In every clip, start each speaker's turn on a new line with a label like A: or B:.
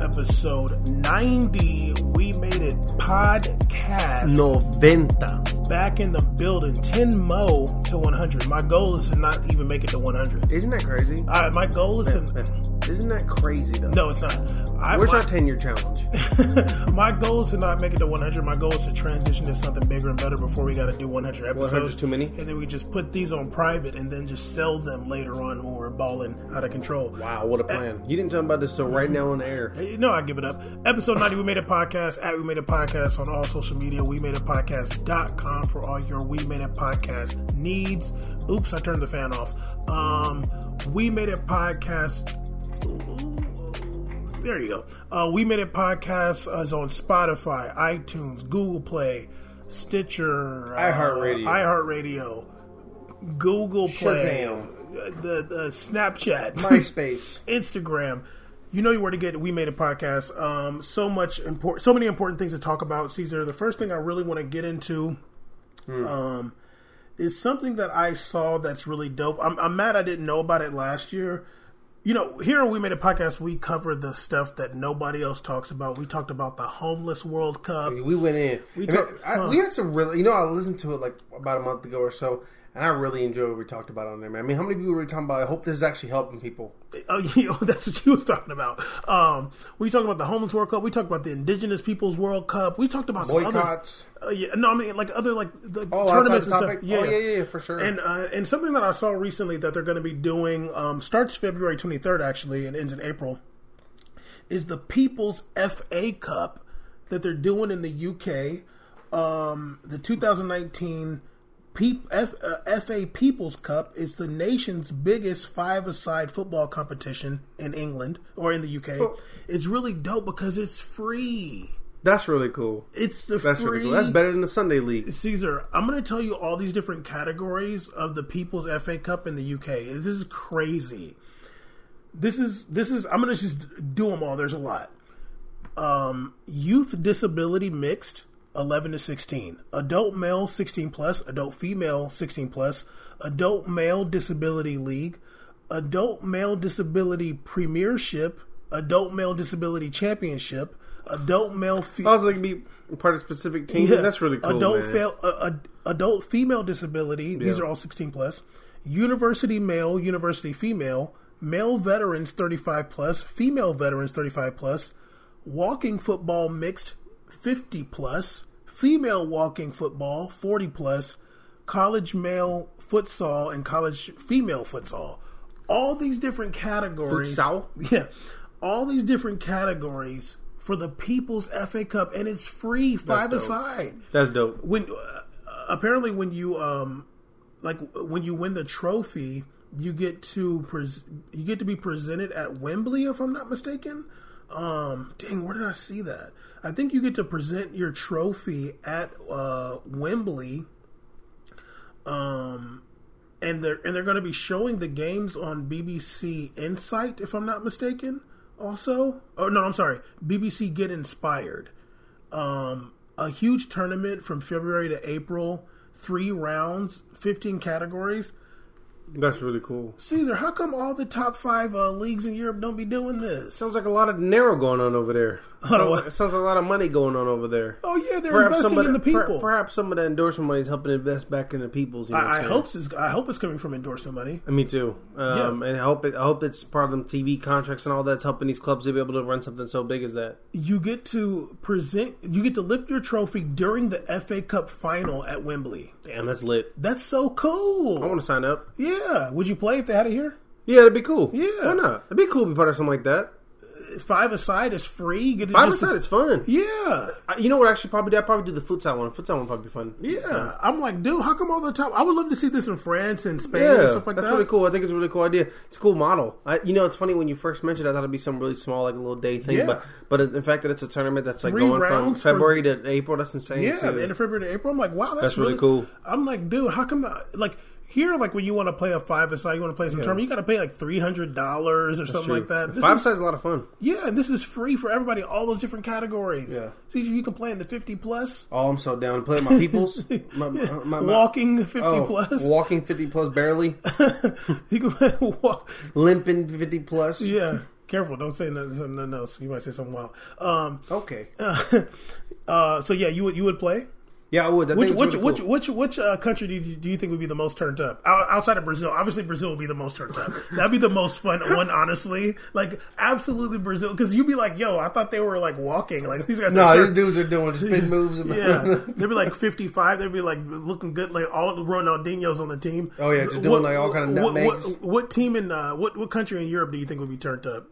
A: episode 90. We made it podcast.
B: 90.
A: Back in the building, 10 mo to 100. My goal is to not even make it to 100.
B: Isn't that crazy?
A: Uh, my goal is
B: Man,
A: to.
B: man, Isn't that crazy though?
A: No, it's not. I,
B: Where's
A: my,
B: our 10 year challenge?
A: my goal is to not make it to 100. My goal is to transition to something bigger and better before we got to do 100 episodes.
B: 100 is too many?
A: And then we just put these on private and then just sell them later on when we're balling out of control.
B: Wow, what a plan. You didn't tell me about this till right now on the air.
A: Hey, No, I give it up. Episode 90, We Made It Podcast, at We Made It Podcast on all social media, We Made It Podcast.com for all your We Made It Podcast needs. Oops, I turned the fan off. Um, we Made It Podcast. There you go. Uh, we Made It Podcast is on Spotify, iTunes, Google Play, Stitcher, uh,
B: iHeartRadio.
A: iHeartRadio, Google Play,
B: Shazam.
A: uh, the, the Snapchat.
B: MySpace.
A: Instagram. You know where to get. We made a podcast. Um, so much important, so many important things to talk about, Caesar. The first thing I really want to get into, um, is something that I saw that's really dope. I'm, I'm mad I didn't know about it last year. You know, here on We Made a Podcast, we cover the stuff that nobody else talks about. We talked about the homeless World Cup.
B: We went in.
A: We
B: I mean,
A: talked-
B: I-
A: huh.
B: we had some really, you know, I listened to it like about a month ago or so, and I really enjoyed what we talked about on there, man. I mean, how many people were we talking about? I hope this is actually helping people.
A: Oh, you know, that's what you was talking about. Um, we talked about the homeless World Cup. We talked about the Indigenous Peoples World Cup. We talked about some other
B: Boycotts.
A: Uh, yeah, no, I mean like other like the
B: Oh,
A: tournaments and
B: outside the topic?
A: stuff. Yeah,
B: Oh, yeah, yeah, yeah, for sure.
A: And uh, and something that I saw recently that they're going to be doing um, starts February 23rd actually and ends in April is the People's FA Cup that they're doing in the UK. Um, the 2019 Peop- F- uh, FA People's Cup is the nation's biggest five-a-side football competition in England or in the UK.
B: Oh.
A: It's really dope because it's free.
B: That's really cool.
A: It's the
B: That's
A: free
B: really cool. That's better than the Sunday League.
A: Caesar, I'm going to tell you all these different categories of the People's FA Cup in the UK. This is crazy. This is this is I'm going to just do them all. There's a lot. Um, youth disability mixed 11 to 16. Adult male 16 plus, adult female 16 plus, adult male disability league, adult male disability premiership, adult male disability championship, adult male fe-
B: I was like, be part of specific teams.
A: yeah.
B: That's really cool.
A: Adult,
B: man.
A: fail, uh, uh, adult female disability. These
B: Yeah.
A: are all 16 plus. University male, university female, male veterans 35 plus, female veterans 35 plus, walking football mixed 50 plus, female walking football 40 plus, college male futsal and college female futsal. All these different categories.
B: Futsal?
A: Yeah. All these different categories for the People's FA Cup, and it's free five
B: dope.
A: aside.
B: That's dope.
A: When uh, apparently when you um like when you win the trophy, you get to pres- you get to be presented at Wembley, if I'm not mistaken. Um, dang, where did I see that? I think you get to present your trophy at uh, Wembley. Um, and they're and they're going to be showing the games on BBC Insight, if I'm not mistaken. Also, oh no, I'm sorry, BBC Get Inspired. Um, a huge tournament from February to April, three rounds, 15 categories.
B: That's really cool.
A: Caesar, how come all the top five uh, leagues in Europe don't be doing this?
B: Sounds like a lot of dinero going on over there.
A: lot of
B: Sounds
A: what?
B: like, sounds like a lot of money going on over there.
A: oh yeah, they're
B: Perhaps
A: investing
B: somebody-
A: in the
B: per-
A: people.
B: perhaps some of that endorsement money is helping invest back in the people's. You know what
A: I, I
B: I'm saying?
A: hope it's I hope it's coming from endorsement money.
B: Me too. Um, And I hope it, I hope it's part of them TV contracts and all that's helping these clubs to be able to run something so big as that.
A: you get to present you get to lift your trophy during the FA Cup final at Wembley.
B: Damn, that's lit.
A: That's so cool.
B: I want to sign up.
A: yeah. Would you play if they had it here?
B: Yeah, that'd be cool.
A: Yeah.
B: why not? It'd be cool to be part of something like that.
A: Five aside is free. You get to
B: Five
A: just-
B: aside, it's fun.
A: Yeah.
B: I- You know what? I Actually, probably do. I probably do the futsal one. Futsal one would probably be fun.
A: Yeah. I'm like, dude, how come all the time I would love to see this in France and Spain
B: Yeah,
A: and stuff like
B: that's
A: that.
B: really cool. I think it's a really cool idea. It's a cool model. I, you know, it's funny when you first mentioned. it, I thought it'd be some really small, like a little day thing.
A: Yeah.
B: But but in fact, that it's a tournament that's like
A: Three
B: going from
A: rounds for-
B: February to April. That's insane.
A: Yeah,
B: too.
A: the end of February to April. I'm like, wow, that's,
B: That's really cool.
A: I'm like, dude, how come that? Like here, like when you want to play a five aside, you want to play some tournament, you got to pay like three hundred dollars or something
B: True.
A: like that. This
B: Five
A: is-
B: side's a lot of fun.
A: Yeah, and this is free for everybody. All those different categories.
B: Yeah.
A: See, you can play in the fifty plus,
B: Oh, I'm so down. Play with my peoples. My, my, my, my,
A: walking fifty
B: Oh,
A: plus.
B: Walking 50 plus, barely.
A: you can walk.
B: Limping 50 plus.
A: Yeah. Careful, don't say nothing, something else. You might say something wild. Um,
B: Okay.
A: uh, so yeah, you would you would play.
B: Yeah, I would. I
A: Which
B: think it's
A: which,
B: really
A: which
B: cool.
A: which which uh, country do you, do you think would be the most turned up Out- outside of Brazil? Obviously, Brazil would be the most turned up. That'd be the most fun one, honestly. Like absolutely Brazil, because you'd be like, "Yo, I thought they were like walking. Like these guys." are
B: No,
A: turned-
B: these dudes are doing spin moves. and-
A: yeah, they'd be like fifty-five. They'd be like looking good, like all Ronaldinho's on the team.
B: Oh, yeah, just doing, like, all kind of
A: what,
B: nutmegs.
A: what, what team in uh, what what country in Europe do you think would be turned up?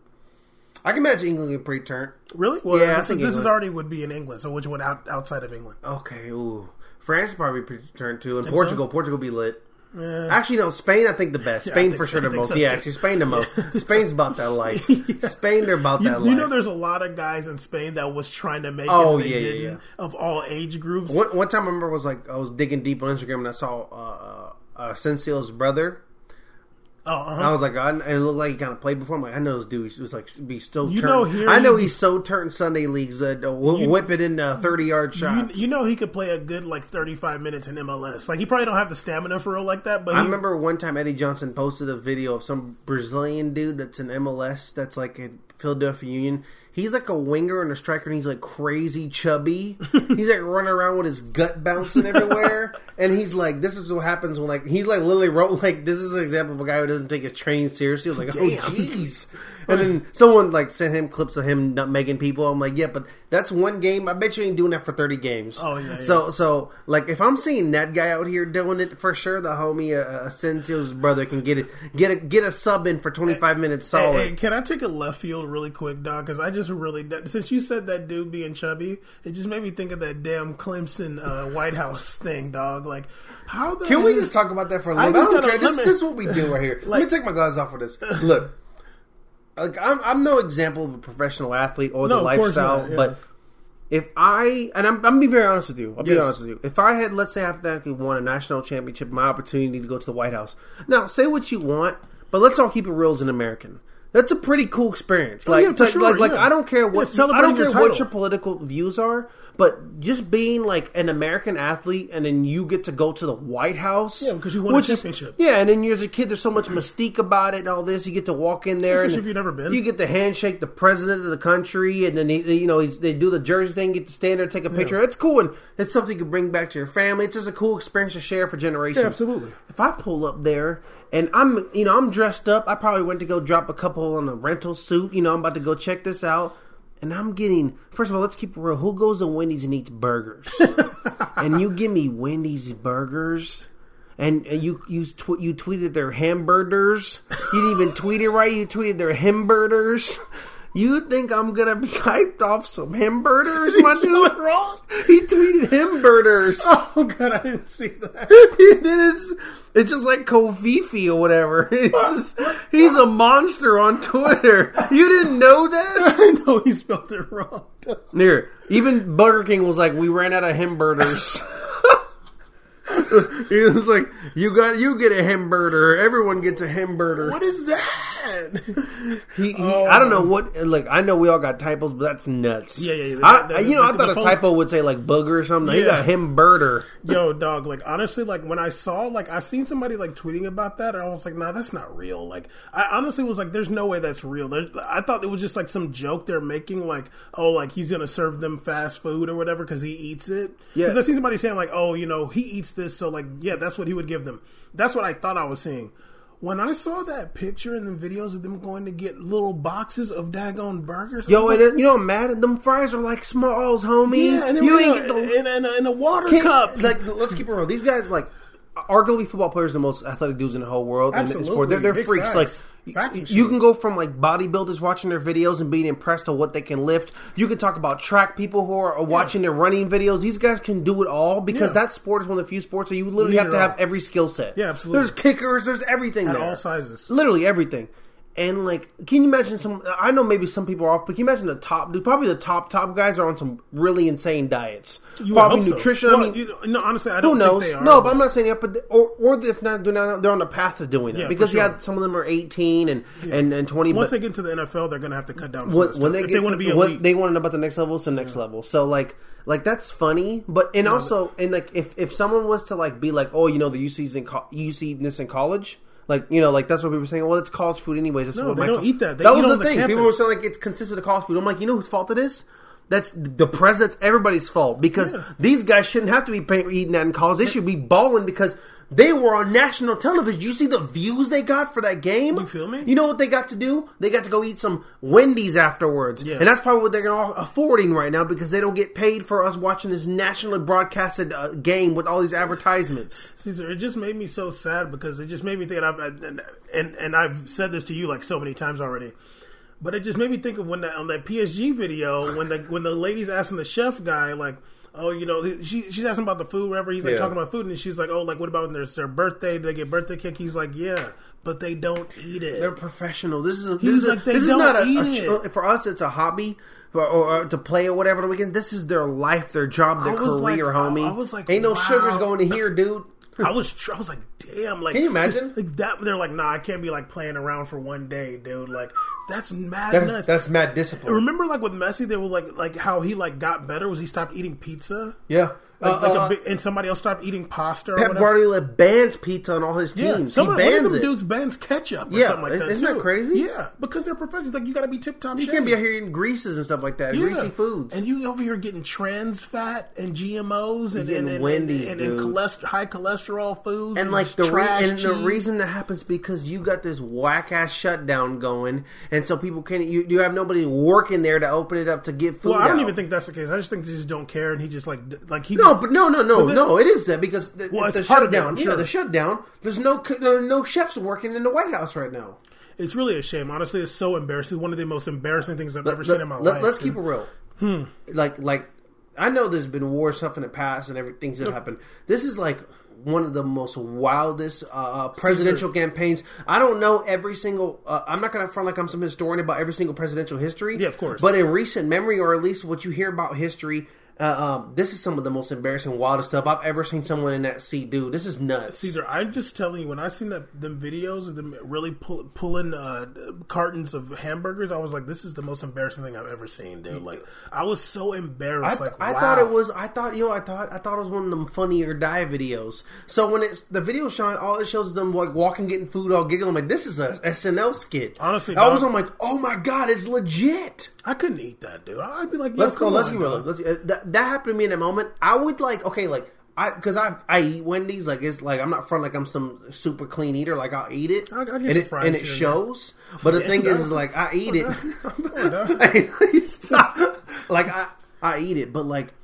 B: I can imagine England getting pretty turned.
A: Really? Well,
B: Yeah, I
A: this,
B: think
A: this is
B: England.
A: already would be in England. So which one out, outside of England?
B: Okay, ooh. France would probably be pretty turned too, and Portugal. Portugal be lit.
A: Yeah.
B: Actually, no. Spain, I think the best.
A: I
B: Spain
A: think
B: for
A: so.
B: sure
A: I
B: the
A: think
B: most.
A: so,
B: yeah,
A: too.
B: actually, Spain the most. Spain's about that life. Spain, they're about
A: You,
B: that
A: you
B: life.
A: know, there's a lot of guys in Spain that was trying to make
B: Oh,
A: it. and
B: yeah,
A: They
B: yeah,
A: didn't, Of all age groups.
B: One, one time I remember I was like I was digging deep on Instagram and I saw uh, uh, Sensio's brother.
A: Oh, uh-huh.
B: I was like, I, it looked like he kind of played before. I'm like, I know this dude was like be so
A: You
B: turned.
A: know, here
B: I know
A: you-
B: he's so turned Sunday leagues. Uh, w- whip it in uh, 30 yard
A: You,
B: shots.
A: you know he could play a good like 35 minutes in MLS. Like he probably don't have the stamina for real like that, but
B: I
A: he,
B: remember one time Eddie Johnson posted a video of some Brazilian dude that's in MLS that's like in Philadelphia Union. He's like a winger and a striker, and he's like crazy chubby. he's like running around with his gut bouncing everywhere, and he's like, "This is what happens when like he's like literally wrote like this is an example of a guy who doesn't take his training seriously." I was like,
A: Damn.
B: "Oh jeez," and then someone like sent him clips of him nutmegging people. I'm like, "Yeah, but that's one game. I bet you ain't doing that for 30 games."
A: Oh, yeah, yeah.
B: So so, like, if I'm seeing that guy out here doing it for sure, the homie uh, Asensio's brother can get it, get a get a sub in for 25 minutes
A: Hey,
B: solid.
A: hey, can I take a left field really quick, dog? Because I just really that, since you said that dude being chubby, it just made me think of that damn Clemson uh, White House thing, dog. Like, how the
B: Can we just talk about that for a little
A: I
B: bit? I
A: just
B: don't
A: gotta-
B: care. This,
A: let me-
B: this is what we do right here. let me
A: Like-
B: take my glasses off for this. Look, like I'm, I'm no example of a professional athlete or the
A: No, of course
B: lifestyle,
A: not, yeah.
B: but if I and I'm, I'm gonna be very honest with you, I'll be
A: Yes.
B: honest with you. If I had, let's say, hypothetically won a national championship, my opportunity to go to the White House. Now, say what you want, but let's all keep it real as an American. That's a pretty cool experience. Like,
A: Oh, yeah, for
B: like,
A: sure,
B: like, like,
A: yeah.
B: I don't care
A: Yeah,
B: what I
A: celebrating
B: don't care
A: your
B: what
A: title.
B: your political views are, but just being like an American athlete and then you get to go to the White House.
A: Yeah, because you won a
B: which is-
A: championship.
B: yeah, and then you as a kid, there's so much mystique about it and all this. You get to walk in there.
A: Especially
B: and
A: if you've never been.
B: You get to handshake the president of the country, and then, he, you know, he's, they do the jersey thing, get to stand there, take a picture. It's cool, and it's something you can bring back to your family. It's just a cool experience to share for generations.
A: Yeah, absolutely.
B: If I pull up there and I'm, you know, I'm dressed up, I probably went to go drop a couple on a rental suit. You know, I'm about to go check this out. And I'm getting, first of all, let's keep it real. Who goes to Wendy's and eats burgers? and you give me Wendy's burgers, and, and you you tw- you tweeted their hamburgers. You didn't even tweet it right. You tweeted their hamburgers. You think I'm gonna be hyped off some hamburgers, my dude?
A: wrong?
B: He tweeted hamburgers.
A: Oh god, I didn't see that.
B: it is. It's just like Kofifi or whatever. It's just- he's a monster on Twitter. You didn't know that?
A: I know he spelled it wrong.
B: There, even Burger King was like, "We ran out of hamburgers." it was like, "You got, you get a hamburger. Everyone gets a hamburger."
A: What is that?
B: He, he,
A: Oh,
B: I don't know what. Like, I know we all got typos, but that's nuts.
A: Yeah, yeah, yeah.
B: I,
A: The- the-
B: you know, I
A: the-
B: thought
A: the
B: a
A: phone-
B: typo would say like booger or something. You
A: Yeah.
B: got hamburger.
A: Yo, dog, like honestly, like when I saw like I seen somebody like tweeting about that, and I was like, nah, that's not real. Like I honestly was like, there's no way that's real. There, I thought it was just like some joke they're making, like oh, like he's gonna serve them fast food or whatever because he eats it.
B: Yeah.
A: because I seen somebody saying like, oh, you know, he eats this, so like yeah, that's what he would give them. That's what I thought I was seeing. When I saw that picture and the videos of them going to get little boxes of daggone burgers, I
B: Yo,
A: was
B: and
A: like,
B: it- you know, I'm mad at them fries are like smalls, homie.
A: yeah, and then
B: you
A: we
B: ain't
A: go
B: get the
A: in, in, a, in a water
B: Can't-
A: cup.
B: Like, let's keep it real. These guys, like, arguably football players, are the most athletic dudes in the whole world. and
A: Absolutely.
B: sport. They're, they're
A: Big
B: freaks.
A: facts.
B: Like,
A: Facts
B: you,
A: for
B: you
A: sure.
B: can go from like bodybuilders watching their videos and being impressed on what they can lift. You can talk about track people who are watching their running videos. These guys can do it all because
A: Yeah.
B: that sport is one of the few sports where you literally
A: need
B: have
A: it
B: to have
A: all.
B: every skill set.
A: Yeah, absolutely.
B: There's kickers. There's everything
A: At
B: there.
A: all sizes.
B: Literally everything. And like, can you imagine some? I know maybe some people are off, but can you imagine the top dude? Probably the top top guys are on some really insane diets.
A: You would
B: probably
A: hope so.
B: nutrition. I
A: Well,
B: mean,
A: you know- no, honestly, I
B: who
A: don't
B: knows?
A: think they are.
B: no, but I'm not saying yeah, but or or if not, they're not they're on the path to doing it
A: Yeah, for
B: because you
A: sure.
B: got some of them are 18 and and, and 20.
A: once
B: but
A: they get into the NFL, they're going to have to cut down. on some
B: when,
A: of this stuff.
B: when they
A: if
B: get
A: they want
B: to,
A: to be
B: what
A: elite,
B: they want to know about the next level, it's the next level. So like like that's funny, but and also and like if if someone was to like be like, oh, you know, the UC's in co- you see this in college. Like you know, like that's what people were saying. Well, it's college food anyways. That's
A: No,
B: what
A: they
B: my
A: don't
B: co-
A: eat that. They
B: that
A: eat
B: was
A: on
B: the
A: the
B: thing.
A: campus.
B: People were saying like it's consistent of college food. I'm like, you know whose fault it is? That's the press. That's everybody's fault because these guys shouldn't have to be paying, eating that in college. They should be balling because they were on national television. You see the views they got for that game.
A: You feel me?
B: You know what they got to do? They got to go eat some Wendy's afterwards,
A: Yeah.
B: and that's probably what they're all affording right now because they don't get paid for us watching this nationally broadcasted uh, game with all these advertisements.
A: Caesar, it just made me so sad because it just made me think. And I've and and, and I've said this to you like so many times already, but it just made me think of when that on that PSG video when the when the lady's asking the chef guy like. Oh, you know, she, she's asking about the food, whatever. He's like
B: Yeah.
A: talking about food, and she's like, "Oh, like what about when there's their birthday? Do they get birthday cake?" He's like, "Yeah, but they don't eat it."
B: They're professional. This is a,
A: was
B: this is, a-
A: like, they
B: this is
A: don't
B: not a,
A: eat
B: a- for us. It's a hobby or, or, or to play or whatever on the weekend. This is their life, their job, their
A: I was
B: career,
A: like- I-
B: homie.
A: I was like,
B: ain't no
A: wow.
B: sugars going to here, dude.
A: I was, tr- I was like, "Damn!" Like,
B: Can you imagine?
A: Like that, they're like, "Nah, I can't be like playing around for one day, dude." Like, that's mad
B: That's,
A: nuts.
B: that's mad discipline.
A: Remember, like with Messi, they were like, like how he like got better was he stopped eating pizza,
B: yeah.
A: like,
B: Uh,
A: like
B: uh,
A: a big, and somebody else stopped eating pasta. Or
B: Pep
A: whatever.
B: Guardiola bans pizza on all his
A: yeah,
B: teams.
A: some
B: he
A: of, one of
B: bans
A: them
B: it.
A: dudes bans ketchup or
B: Yeah,
A: something like that.
B: isn't that
A: too.
B: crazy?
A: Yeah, because they're professionals. Like you got to be tip top.
B: you can't be out here eating greases and stuff like that, greasy foods.
A: and you over here getting trans fat and GMOs and
B: You're
A: and,
B: getting
A: and,
B: Wendy's,
A: and, and,
B: dude.
A: cholest- high cholesterol foods
B: and like the re-
A: trash
B: and the
A: cheese.
B: reason that happens because you got this whack ass shutdown going, and so people can't. You, you have nobody working there to open it up to get food.
A: Well, I don't
B: out.
A: even think that's the case. I just think they just don't care, and he just like d- like he
B: No, but no, no, no,
A: then-
B: no. It is that because the,
A: Well,
B: the
A: it's part of it,
B: shutdown.
A: I'm
B: yeah,
A: sure.
B: the shutdown. There's no co- there are no chefs working in the White House right now.
A: It's really a shame. Honestly, it's so embarrassing. It's one of the most embarrassing things I've ever
B: Let-
A: seen in my
B: let-
A: life. Hmm.
B: Let's keep
A: dude.
B: it real. Like, like I know there's been war stuff in the past and everything's that happened. This is like one of the most wildest uh, presidential campaigns. I don't know every single. Uh, I'm not going to front like I'm some historian about every single presidential history.
A: Yeah, of course.
B: But in recent memory, or at least what you hear about history. Uh, um, this is some of the most embarrassing, wildest stuff I've ever seen someone in that seat do. This is nuts.
A: Caesar, I'm just telling you, when I seen that them videos of them really pull, pulling uh, cartons of hamburgers, I was like, this is the most embarrassing thing I've ever seen, dude. Like, I was so
B: I,
A: embarrassed.
B: th-
A: like,
B: I
A: wow.
B: thought it was. I thought you know. I thought I thought it was one of them funny or die videos. So when it's the video showing, all it shows is them like walking, getting food, all giggling. I'm like, this is a SNL skit.
A: Honestly,
B: I was.
A: dog.
B: I'm like, oh my god, it's legit.
A: I couldn't eat that, dude. I'd be like,
B: Let's
A: yo,
B: go.
A: come
B: Let's
A: on,
B: get real.
A: dog.
B: Let's. uh, That, that happened to me in a moment. I would like. Okay, like I because I I eat Wendy's. Like it's like I'm not front like I'm some super clean eater. Like I'll eat it.
A: I'll- I'll get
B: and
A: some
B: it,
A: fries
B: and it
A: here and
B: shows. But the thing is, is, like I
A: Oh,
B: eat it. Hey, stop. like I, I eat it, but like,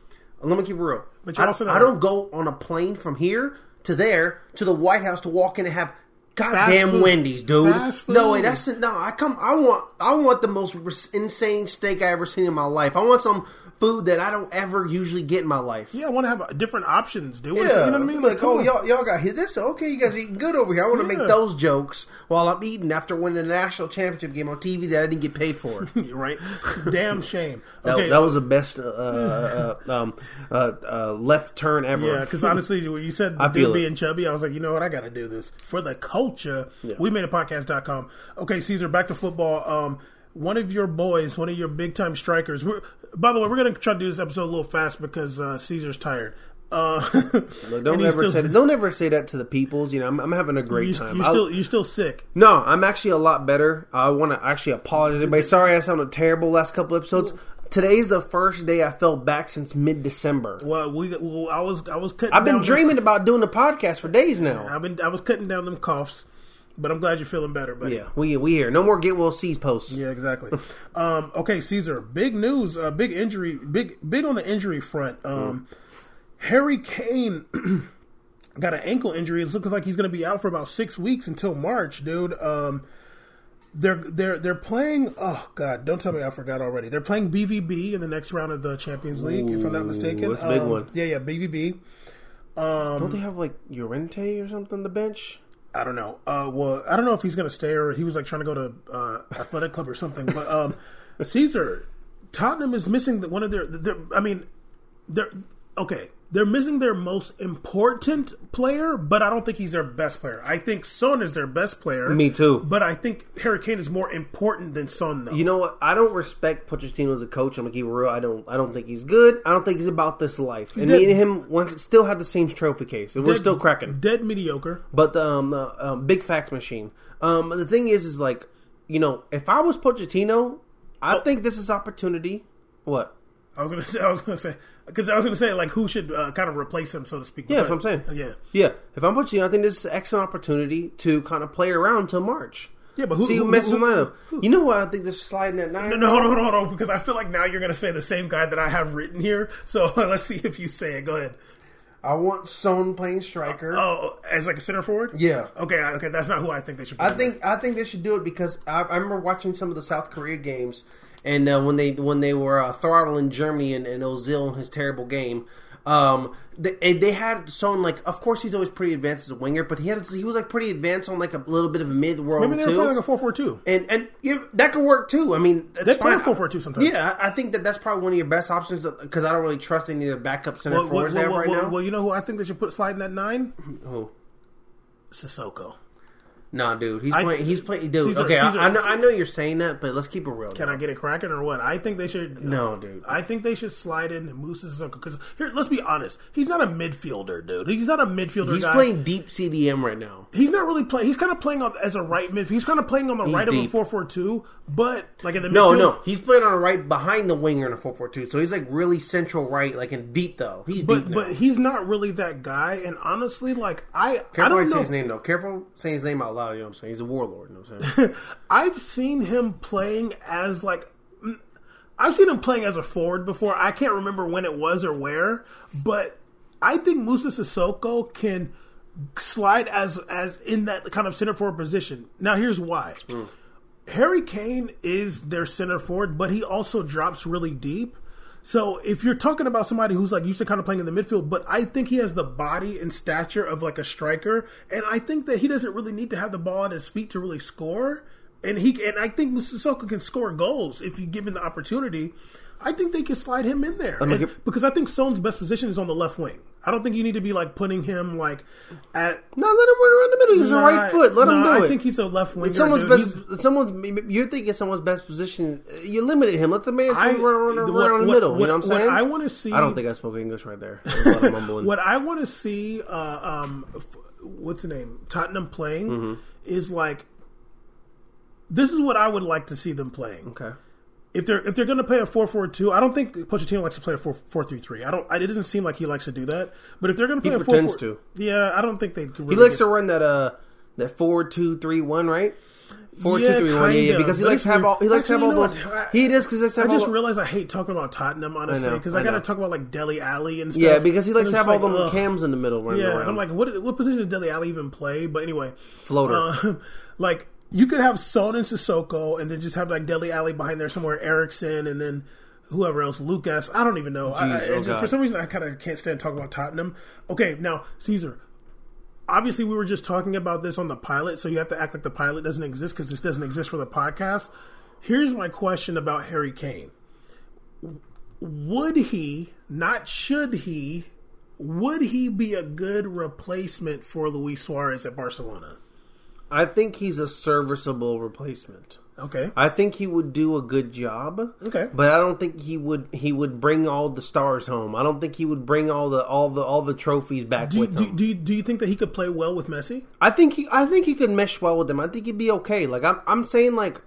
B: let me keep it real.
A: But you
B: I-
A: also know-
B: I, don't go on a plane from here to there to the White House to walk in and have goddamn
A: food.
B: Wendy's, dude.
A: Fast
B: No way,
A: food.
B: that's no. I come. I want. I want the most res- insane steak I ever seen in my life. I want some food that I don't ever usually get in my life.
A: Yeah, I want to have uh, different options, dude. What is- You know what I mean?
B: Like,
A: come
B: oh,
A: on.
B: y'all, y'all got hit this? Okay, you guys are eating good over here. I want to
A: Yeah.
B: make those jokes while I'm eating after winning a national championship game on TV that I didn't get paid for.
A: right? Damn shame.
B: That,
A: Okay,
B: that was the best uh, uh, uh, um, uh, uh, left turn ever.
A: Yeah, because honestly, when you said
B: I feel
A: dude
B: it.
A: being chubby, I was like, you know what? I got to do this for the culture. We made a podcast.com. Okay, Caesar, back to football. Um, one of your boys, one of your big time strikers. We're, by the way, we're going to try to do this episode a little fast because uh, Caesar's tired. Uh,
B: Look, don't ever say that. Don't ever say that to the peoples. You know, I'm, I'm having a great
A: You,
B: time.
A: you
B: I'll-
A: still, you're still sick.
B: no, I'm actually a lot better. I want to actually apologize, everybody. Sorry, I sounded terrible last couple episodes. Today's the first day I felt back since mid December.
A: Well, we, well, I was, I was cutting.
B: I've been
A: down-
B: dreaming about doing the podcast for days now.
A: I've been, I was cutting down them coughs, but I'm glad you're feeling better. But
B: Yeah, we we here. No more get well sees posts.
A: Yeah, exactly. um, okay, Caesar. Big news. Uh, big injury. Big big on the injury front. Um,
B: Mm.
A: Harry Kane got an ankle injury. It's looking like he's going to be out for about six weeks until March, dude. Um, they're they're they're playing. Oh God, don't tell me I forgot already. They're playing BVB in the next round of the Champions League, if I'm not
B: Ooh,
A: mistaken.
B: that's a big
A: Um,
B: one.
A: Yeah, yeah, BVB.
B: Don't they have like Urente or something on the bench?
A: I don't know. Uh, well, I don't know if he's going to stay or he was like trying to go to uh, athletic club or something. But um, Caesar, Tottenham is missing the, one of their, their. I mean, they're okay. They're missing their most important player, but I don't think he's their best player. I think Son is their best player.
B: Me too.
A: But I think Harry Kane is more important than Son, though.
B: You know what? I don't respect Pochettino as a coach. I'm gonna keep it real. I don't. I don't think he's good. I don't think he's about this life. And
A: dead.
B: me and him once still have the same trophy case, and we're
A: Dead-
B: still cracking.
A: Dead mediocre.
B: But the um, uh, um, big fax machine. Um, the thing is, is like you know, if I was Pochettino,
A: Oh.
B: I think this is opportunity. What?
A: I was gonna say. I was gonna say because I was gonna say like who should uh, kind of replace him, so to speak.
B: Yeah,
A: But-
B: that's what I'm saying.
A: Yeah,
B: Yeah, if I'm Pochettino, I think this is an excellent opportunity to kind of play around till March.
A: yeah, but who?
B: See who
A: who-
B: messes
A: who-
B: with mine up. You know what? I think they're sliding that nine.
A: No, no, hold on, hold on, hold on, because I feel like now you're gonna say the same guy that I have written here. So let's see if you say it. Go ahead.
B: I want Son playing striker.
A: Oh, as like a center forward.
B: Yeah.
A: Okay, I- okay, that's not who I think they should.
B: I
A: put in
B: think I think they should do it because I, I remember watching some of the South Korea games, and uh, when they when they were uh, throttling Germany and, and Ozil and his terrible game, um, they, and they had someone like of course he's always pretty advanced as a winger, but he had he was like pretty advanced on like a little bit of a mid
A: there.
B: world
A: Maybe they were
B: too,
A: playing like a four-four-two.
B: and and you, that could work too. I mean, that's
A: They play
B: fine.
A: a four-four-two sometimes.
B: Yeah, I I think that that's probably one of your best options because I don't really trust any of the backup center
A: Well, well,
B: forwards
A: well,
B: there
A: well,
B: right
A: well,
B: now.
A: well, you know who I think they should put sliding that nine?
B: Who?
A: Sissoko.
B: Nah, dude, he's playing. He's playing, dude.
A: Caesar-
B: okay, I-
A: Caesar-
B: I, know. I know you're saying that, but let's keep it real.
A: Can I get it cracking or what? I think they should.
B: No, dude.
A: I think they should slide in Musa Sissoko because here, let's be honest, he's not a midfielder, dude. He's not a midfielder.
B: He's
A: guy.
B: playing deep CDM right now.
A: He's not really playing. He's kind of playing on, as a right mid. He's kind of playing on the right of a
B: deep.
A: four four two, but like in the
B: No,
A: midfield,
B: no, he's playing on the right behind the winger in a four four two. So he's like really central right, like in deep though. He's deep
A: But
B: now.
A: but he's not really that guy. And honestly, like I I
B: Careful how you
A: don't
B: say
A: know.
B: his name though. Careful saying his name out loud. You know what I'm saying? He's a warlord. You know what I'm saying?
A: I've seen him playing as like mm, I've seen him playing as a forward before. I can't remember when it was or where, but I think Musa Sissoko can slide as as in that kind of center forward position. Now here's why.
B: Hmm.
A: Harry Kane is their center forward, but he also drops really deep. So if you're talking about somebody who's like used to kind of playing in the midfield, but I think he has the body and stature of like a striker, and I think that he doesn't really need to have the ball at his feet to really score. And he and I think Sissoko can score goals if you give him the opportunity. I think they can slide him in there
B: me
A: And-
B: get-
A: because I think Son's best position is on the left wing. I don't think you need to be like putting him like at
B: no, let him run around the middle. He's a right foot. Let him
A: Nah,
B: do
A: I
B: it.
A: think he's a left winger.
B: someone's
A: dude. He's-
B: best. Someone's. You're thinking someone's best position. You limited him. Let the man
A: I-
B: run, run, run
A: what-
B: around the
A: what-
B: middle. you know what I'm
A: what
B: saying?
A: I want to see.
B: I don't think I spoke English right there. There was a lot of mumbling.
A: What I want to see, uh, um, f- what's the name? Tottenham playing
B: Mm-hmm.
A: is like. This is what I would like to see them playing.
B: Okay.
A: If they're if they're going to play a 4-4-2, I don't think Pochettino likes to play a 4-4-3-3. I don't. I- It doesn't seem like he likes to do that. But if they're going to play a
B: pretends
A: 4-4-
B: to.
A: yeah, I don't think they. Really
B: He likes to run that uh that four two three one right. Four two
A: Yeah,
B: three one yeah, yeah
A: kinda,
B: because he
A: but
B: likes
A: it's
B: to have
A: weird.
B: all he likes
A: Actually,
B: to have all
A: you
B: those
A: know what?
B: he does because he likes to
A: I
B: have
A: just
B: all
A: realized I hate talking about Tottenham honestly
B: know,
A: because I,
B: I
A: got to
B: know.
A: talk about like Deli Alley and stuff.
B: yeah because he likes to
A: And
B: have
A: it's
B: all
A: like,
B: the
A: ugh.
B: cams in the middle running
A: Yeah,
B: around.
A: and I'm like, what? What position did Deli Alley even play? But anyway,
B: Floater.
A: Uh, like you could have Son and Sissoko, and then just have like Deli Alley behind there somewhere, Erickson, and then whoever else, Lucas. I don't even know. I- I-
B: Jeez, oh
A: and
B: God.
A: for some reason, I kind of can't stand talking about Tottenham. Okay, now Caesar. Obviously, we were just talking about this on the pilot, so you have to act like the pilot doesn't exist because this doesn't exist for the podcast. Here's my question about Harry Kane would he not should he would he be a good replacement for luis suarez at barcelona
B: I think he's a serviceable replacement.
A: okay
B: I think he would do a good job.
A: Okay.
B: But I don't think he would he would bring all the stars home. I don't think he would bring all the all the all the trophies back
A: do,
B: with him.
A: do, do, you- do you think that he could play well with messi
B: I think he, I think he could mesh well with them. I think he'd be okay. Like I'm, I'm saying like,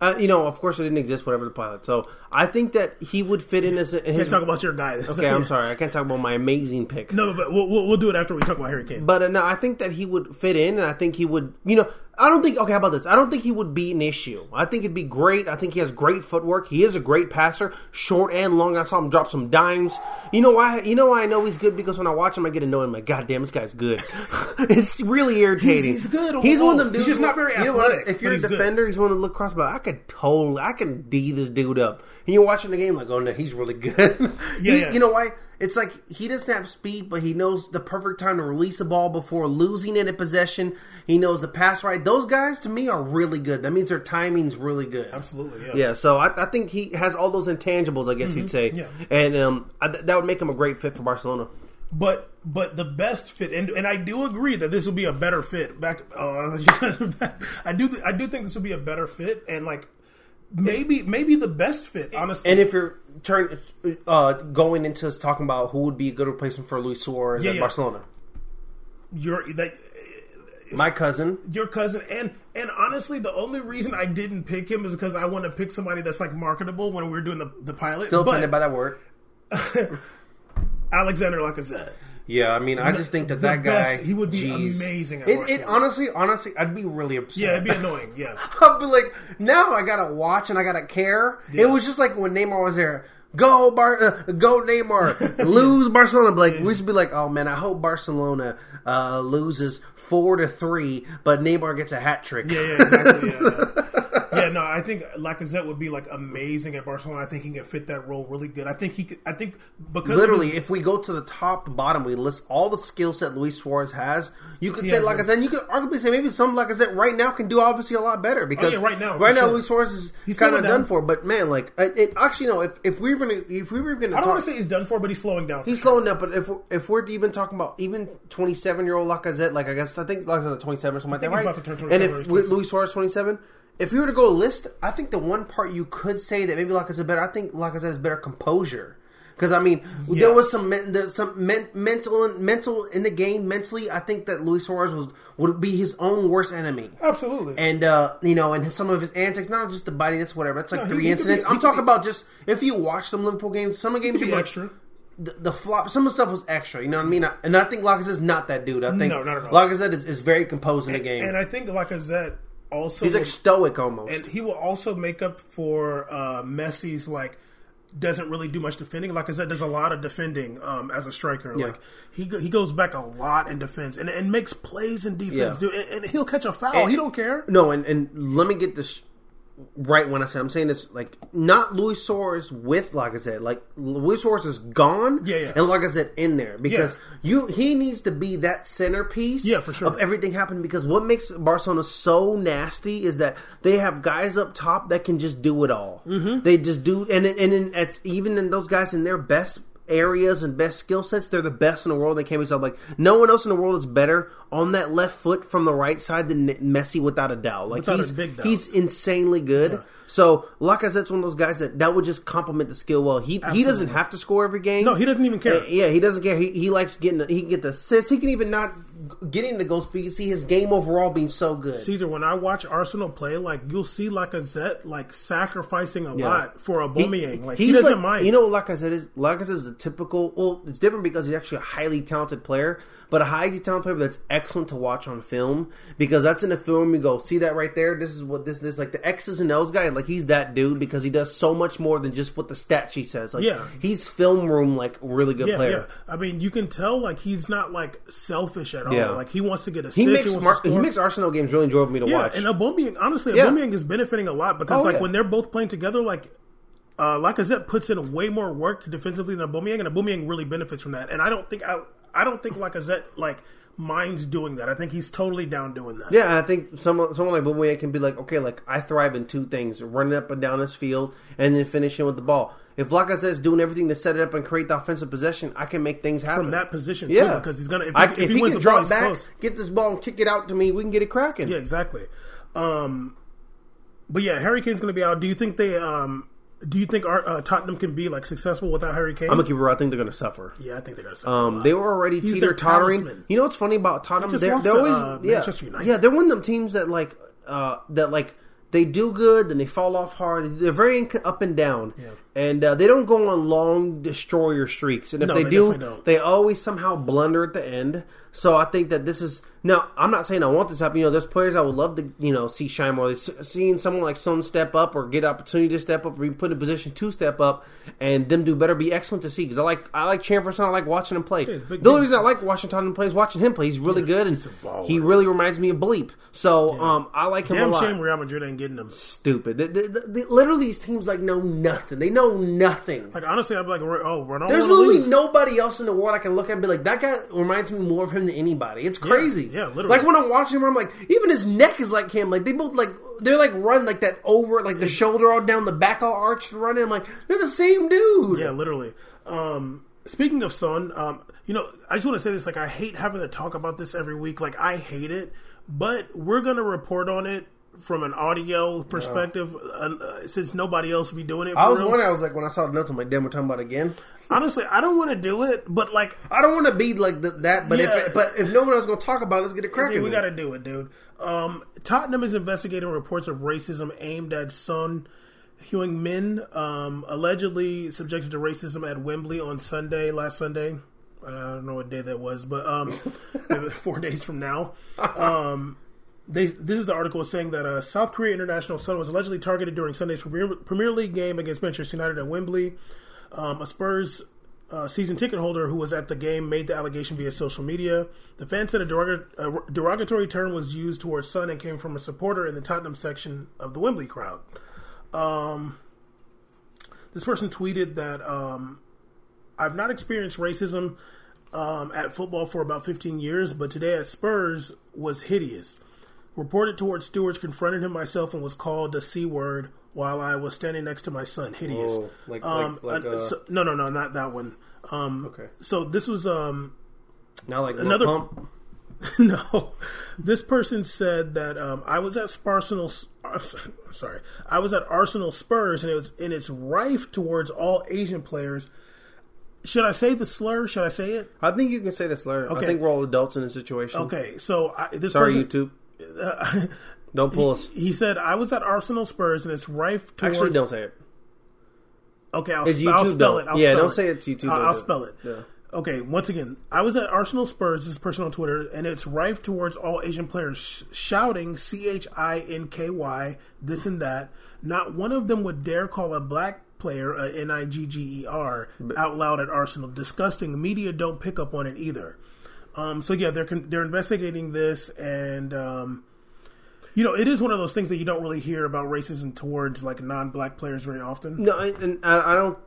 B: uh, you know, of course it didn't exist. Whatever the pilot, so I think that he would fit in as a,
A: can't
B: his.
A: talk about your guy
B: okay, I'm sorry, I can't talk about my amazing pick.
A: no but we'll, we'll, we'll do it after we talk about harry kane
B: But uh, no, I think that he would fit in, and I think he would. You know, I don't think. Okay, how about this? I don't think he would be an issue. I think it'd be great. I think he has great footwork. He is a great passer, short and long. I saw him drop some dimes. You know why? You know why I know he's good because when I watch him, I get annoyed. I'm like, God damn, this guy's good. it's really irritating.
A: He's- he's good
B: He's one of
A: overall.
B: them dudes.
A: He's just not very
B: you know what?
A: athletic,
B: If you're
A: but
B: a
A: he's good.
B: defender, he's one to look cross, but I could totally, I can d this dude up. And you're watching the game like, oh no, he's really good.
A: Yeah,
B: He-
A: yeah.
B: you know why? It's like he doesn't have speed, but he knows the perfect time to release the ball before losing it in possession. He knows the pass right. Those guys, to me, are really good. That means their timing's really good.
A: absolutely yeah,
B: Yeah, so I, I think he has all those intangibles. I guess you'd say,
A: Mm-hmm. yeah.
B: and um, I, th- that would make him a great fit for Barcelona.
A: But but the best fit, and, and I do agree that this will be a better fit. Back, uh, I do th- I do think this will be a better fit, and like maybe maybe the best fit, honestly.
B: And if you're turn uh, going into us talking about who would be a good replacement for Luis Suarez
A: Yeah,
B: at
A: yeah.
B: Barcelona,
A: your that
B: my cousin.
A: your cousin, and and honestly, the only reason I didn't pick him is because I want to pick somebody that's like marketable when we were doing the the pilot.
B: Still
A: but
B: offended by that word.
A: Alexander Lacazette.
B: Yeah, I mean, I just think that
A: the
B: that guy
A: best- he would be
B: jeez.
A: amazing at
B: It, it
A: Barcelona.
B: honestly, honestly, I'd be really upset.
A: Yeah, it'd be annoying. Yeah.
B: I'd be like, now I gotta watch and I gotta care. It was just like when Neymar was there. Go Bar, uh, go Neymar, lose Barcelona. But like we should be like, oh man, I hope Barcelona uh, loses four to three, but Neymar gets a hat trick.
A: Yeah, yeah, exactly. Yeah, yeah. yeah, no, I think Lacazette would be like amazing at Barcelona. I think he can fit that role really good. I think he could. I think because of
B: Literally,
A: his-
B: if we go to the top bottom, we list all the skill set Luis Suarez has. You could say,
A: has
B: like I
A: a-
B: said, you could arguably say maybe some like I said right now can do obviously a lot better because
A: yeah, right now, for
B: right now
A: sure.
B: Luis Suarez is
A: He's
B: kind of
A: slowing down.
B: done for. But man, like it, it- actually no, if if we were gonna if we were gonna
A: I don't
B: talk,
A: want to say he's done for, but he's slowing down.
B: He's slowing up, but if we're, if we're even talking about even twenty seven year old Lacazette, like I guess I think Lacazette's twenty seven or something like that,
A: think he's about
B: right?
A: to turn 27
B: and
A: or
B: if
A: he's
B: with
A: 27.
B: Luis Suarez twenty seven, if you were to go list, I think the one part you could say that maybe Lacazette better, I think Lacazette has better composure. Because I mean, there was
A: Yes.
B: some men, there, some men, mental mental in the game. Mentally, I think that Luis Suarez was would be his own worst enemy.
A: Absolutely.
B: And uh, you know, and some of his antics, not just the body, that's whatever. It's like
A: No, he-
B: three
A: he could be-
B: incidents.
A: he
B: I'm
A: could
B: talking
A: be-
B: about just if you watch some Liverpool games, some games
A: He'd
B: you
A: be
B: like,
A: extra.
B: the, the flop, some of the stuff was extra. You know what I mean? I- And I think Lacazette's not that dude. I think
A: No, not at all.
B: Lacazette is, is very composed in the game.
A: And I think Lacazette also
B: He's like
A: will-
B: stoic almost.
A: and he will also make up for uh, Messi's like doesn't really do much defending. Lacazette does a lot of defending um, as a striker. Like he go- he goes back a lot and defends and, and makes plays in defense,
B: Yeah.
A: dude. And, and he'll catch a foul. he don't care.
B: no, and, and let me get this right when I say I'm saying this like not Luis Suarez with Lacazette. Like Luis Suarez is gone,
A: Yeah, yeah.
B: and Lacazette in there because you he needs to be that centerpiece,
A: Yeah, for sure.
B: of everything happening. Because what makes Barcelona so nasty is that they have guys up top that can just do it all. Mm-hmm. They just do, and and, and in, at, even in those guys in their best. Areas and best skill sets, they're the best in the world. They can't be stopped. Like no one else in the world is better on that left foot from the right side than Messi, without a doubt. Like
A: Without a
B: he's
A: big doubt.
B: he's insanely good. So Lacazette's one of those guys that that would just complement the skill well. He he doesn't have to score every game.
A: No, he doesn't even care.
B: Uh, yeah, he doesn't care. He, he likes getting the, he can get the assists. He can even not g- getting the goals. But you can see his game overall being so good.
A: Caesar, when I watch Arsenal play, like you'll see Lacazette like sacrificing a lot for a Like he,
B: he's
A: doesn't
B: like-
A: mind.
B: You know what Lacazette is? Lacazette is a typical. Well, it's different because he's actually a highly talented player, but a highly talented player that's excellent to watch on film because that's in the film. You go see that right there. This is what this is like the X's and O's guy. Like he's that dude because he does so much more than just what the stat sheet says. Like
A: Yeah.
B: he's film room like really good
A: yeah, yeah.
B: player.
A: I mean, you can tell like he's not like selfish at all.
B: Yeah.
A: Like he wants to get assists.
B: He makes
A: wants to
B: Mar- he
A: score.
B: makes Arsenal games really enjoyable for me to
A: Yeah,
B: watch.
A: and Aubameyang, honestly,
B: Yeah.
A: Aubameyang is benefiting a lot because
B: Oh,
A: like
B: yeah.
A: when they're both playing together, like uh, Lacazette puts in way more work defensively than Aubameyang, and Aubameyang really benefits from that. And I don't think I, I don't think Lacazette like minds doing that. I think he's totally down doing that.
B: Yeah, I think someone someone like Bumway can be like, okay, like I thrive in two things: running up and down this field, and then finishing with the ball. If Lacazette is doing everything to set it up and create the offensive possession, I can make things happen
A: From that position,
B: Yeah,
A: too, because he's gonna if he,
B: I-
A: if he wins
B: can
A: the ball,
B: drop
A: he's
B: back,
A: close.
B: get this ball and kick it out to me, we can get it cracking.
A: Yeah, exactly. Um, but yeah, Harry Kane's going to be out. Do you think they? Um, do you think our, uh, Tottenham can be like successful without Harry Kane?
B: I'm gonna keep it real. I think they're gonna suffer.
A: yeah, I think they're going to.
B: Um, they were already
A: He's
B: teeter
A: their
B: tottering.
A: talisman.
B: You know what's funny about Tottenham?
A: just
B: They are
A: lost
B: they're
A: to,
B: always
A: uh,
B: yeah,
A: Manchester United.
B: yeah. They're one of them teams that like uh, that like they do good, then they fall off hard. They're very inc- up and down, and uh, they don't go on long destroyer streaks. And if
A: No,
B: they,
A: they
B: do,
A: definitely don't.
B: they always somehow blunder at the end. So I think that this is now. I'm not saying I want this to happen. You know, there's players I would love to you know see shine more. S- Seeing someone like Son step up or get opportunity to step up or be put in position to step up, and them do better be excellent to see because I like I like cheering for Son. I like watching him play.
A: big
B: the
A: dude.
B: only reason I like watching Tottenham play is watching him play. He's really good and
A: he's a baller.
B: he really reminds me of Bleep. So um, I like him a
A: Damn
B: lot
A: shame Real Madrid ain't getting them.
B: stupid. They, they, they- literally, these teams like know nothing. They know nothing.
A: Like honestly, I'd be like, oh, Ronaldo.
B: There's
A: wanna
B: literally
A: leave.
B: nobody else in the world I can look at and be like, that guy reminds me more of him than anybody. It's crazy.
A: yeah, literally.
B: Like when I'm watching him, I'm like, even his neck is like him. Like they both like they're like run like that over like the shoulder all down the back all arched running. I'm like, they're the same dude.
A: Yeah, literally. Um, Speaking of Son, um, you know, I just want to say this. Like, I hate having to talk about this every week. Like, I hate it, but we're gonna report on it from an audio perspective uh, uh, since nobody else will be doing it. For
B: I was
A: real.
B: wondering. I was like, when I saw the notes, I'm like, damn, we're talking about it again.
A: Honestly, I don't want to do it, but like,
B: I don't want to be like the, that, but
A: Yeah.
B: if but if no one else gonna talk about, it, let's get it cracking.
A: Dude, we
B: then.
A: got to do it, dude. Um, Tottenham is investigating reports of racism aimed at Son Heung Min, um, allegedly subjected to racism at Wembley on Sunday, last Sunday. I don't know what day that was, but um, maybe four days from now. Um, they, this is the article saying that uh, South Korea international Son was allegedly targeted during Sunday's Premier, Premier League game against Manchester United at Wembley. Um, a Spurs uh, season ticket holder who was at the game made the allegation via social media. The fan said a, derog- a derogatory term was used towards Son and came from a supporter in the Tottenham section of the Wembley crowd. Um, this person tweeted that um, I've not experienced racism um, at football for about 15 years, but today at Spurs was hideous. Reported towards stewards, confronted him myself, and was called the c word while I was standing next to my son. Hideous.
B: Oh, like- like-
A: um,
B: like,
A: uh,
B: uh,
A: so- no, no, no, not that one. Um,
B: Mm, Okay.
A: So this was um,
B: Now like
A: Another-
B: another pump.
A: no, this person said that um, I was at Arsenal. I'm so- Sorry, I was at Arsenal Spurs, and it was and it's rife towards all Asian players. Should I say the slur? Should I say it?
B: I think you can say the slur.
A: Okay.
B: I think we're all adults in this situation.
A: Okay, so I, this
B: Sorry,
A: person,
B: YouTube. don't pull us.
A: he said I was at Arsenal Spurs, and it's rife towards.
B: Actually, don't say it.
A: Okay, I'll,
B: It's
A: I'll
B: YouTube,
A: spell
B: though.
A: it. I'll
B: Yeah,
A: spell
B: don't
A: it.
B: say it's YouTube,
A: I'll,
B: though,
A: I'll
B: dude.
A: spell it.
B: Yeah.
A: Okay, once again, I was at Arsenal Spurs. This is a person on Twitter, and it's rife towards all Asian players sh- shouting "C H I N K Y" this and that. Not one of them would dare call a black player a N I G G E R out loud at Arsenal. Disgusting. Media don't pick up on it either. Um, so yeah, they're con- they're investigating this, and um, you know it is one of those things that you don't really hear about racism towards like non-black players very often.
B: No, I- and I, I don't.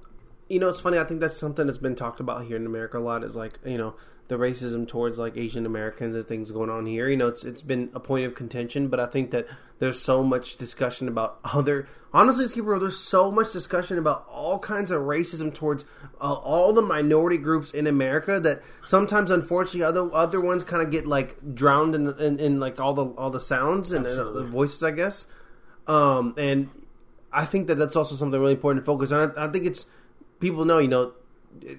B: You know, it's funny. I think that's something that's been talked about here in America a lot. Is like you know the racism towards like Asian Americans and things going on here. You know, it's it's been a point of contention, but I think that there's so much discussion about other. Honestly, let's keep it real. There's so much discussion about all kinds of racism towards uh, all the minority groups in America that sometimes, unfortunately, other other ones kind of get like drowned in, in in like all the all the sounds and, and uh, the voices, I guess. Um, and I think that that's also something really important to focus on. I, I think it's people know, you know,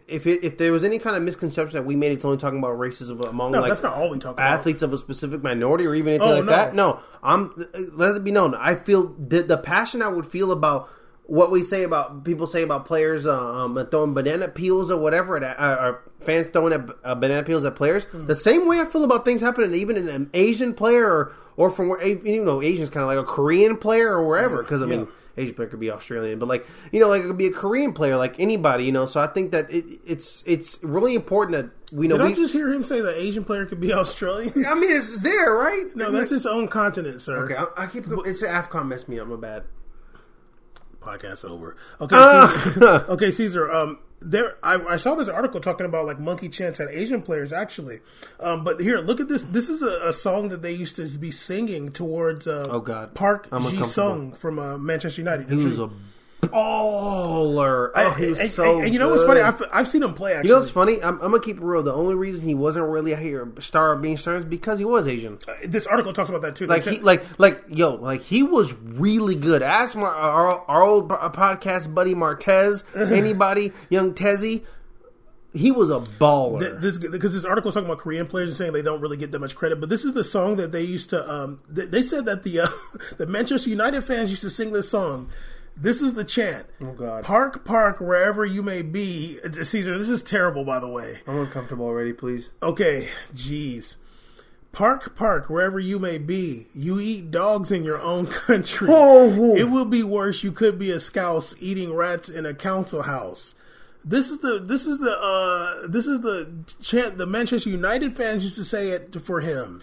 B: if it, if there was any kind of misconception that we made, it's only talking about racism among
A: No,
B: like
A: that's not all we talk about.
B: athletes of a specific minority or even anything
A: Oh,
B: like
A: no.
B: that. No, I'm let it be known. I feel the, the passion I would feel about what we say about people say about players um, throwing banana peels or whatever, at, uh, or fans throwing at, uh, banana peels at players.
A: Hmm.
B: The same way I feel about things happening even in an Asian player or or from where even though Asian's kind of like a Korean player or wherever because I mean. Asian player could be Australian, but like you know, like it could be a Korean player, like anybody, you know. So I think that it, it's it's really important that we know.
A: Did
B: We,
A: I just hear him say that Asian player could be Australian?
B: I mean, it's, it's there, right?
A: No,
B: Isn't
A: that's
B: it?
A: his own continent, sir.
B: Okay, I, I keep it's Afcon messed me up. My bad.
A: Podcast over. Okay, Caesar, okay, Caesar. Um, there, I, I saw this article talking about like monkey chants at Asian players actually. Um, but here, look at this. This is a, a song that they used to be singing towards. Uh,
B: Oh, God.
A: Park
B: I'm
A: Ji Sung
B: uncomfortable.
A: from uh, Manchester United.
B: He was a baller.
A: I-
B: Oh, he was
A: and,
B: so.
A: and- and you know what's funny?
B: good.
A: I've, I've seen him play. Actually,
B: you know what's funny? I'm, I'm gonna keep it real. The only reason he wasn't really out here a star of being star is because he was Asian.
A: this article talks about that too. They
B: Like
A: said-
B: he, like, like, yo, like he was really good. Ask my, our, our old po- podcast buddy Martez, anybody, young Tezzy, he was a baller.
A: Th- this because this article is talking about Korean players and saying they don't really get that much credit, but this is the song that they used to. Um, th- they said that the uh, the Manchester United fans used to sing this song. This is the chant. Oh
B: God.
A: Park, park, wherever you may be, Uh, Caesar. This is terrible, by the way.
B: I'm uncomfortable already. Please,
A: Okay, jeez. Park, park, wherever you may be. You eat dogs in your own country.
B: Oh.
A: It will be worse. You could be a scouse eating rats in a council house. This is the this is the uh, this is the chant the Manchester United fans used to say it for him.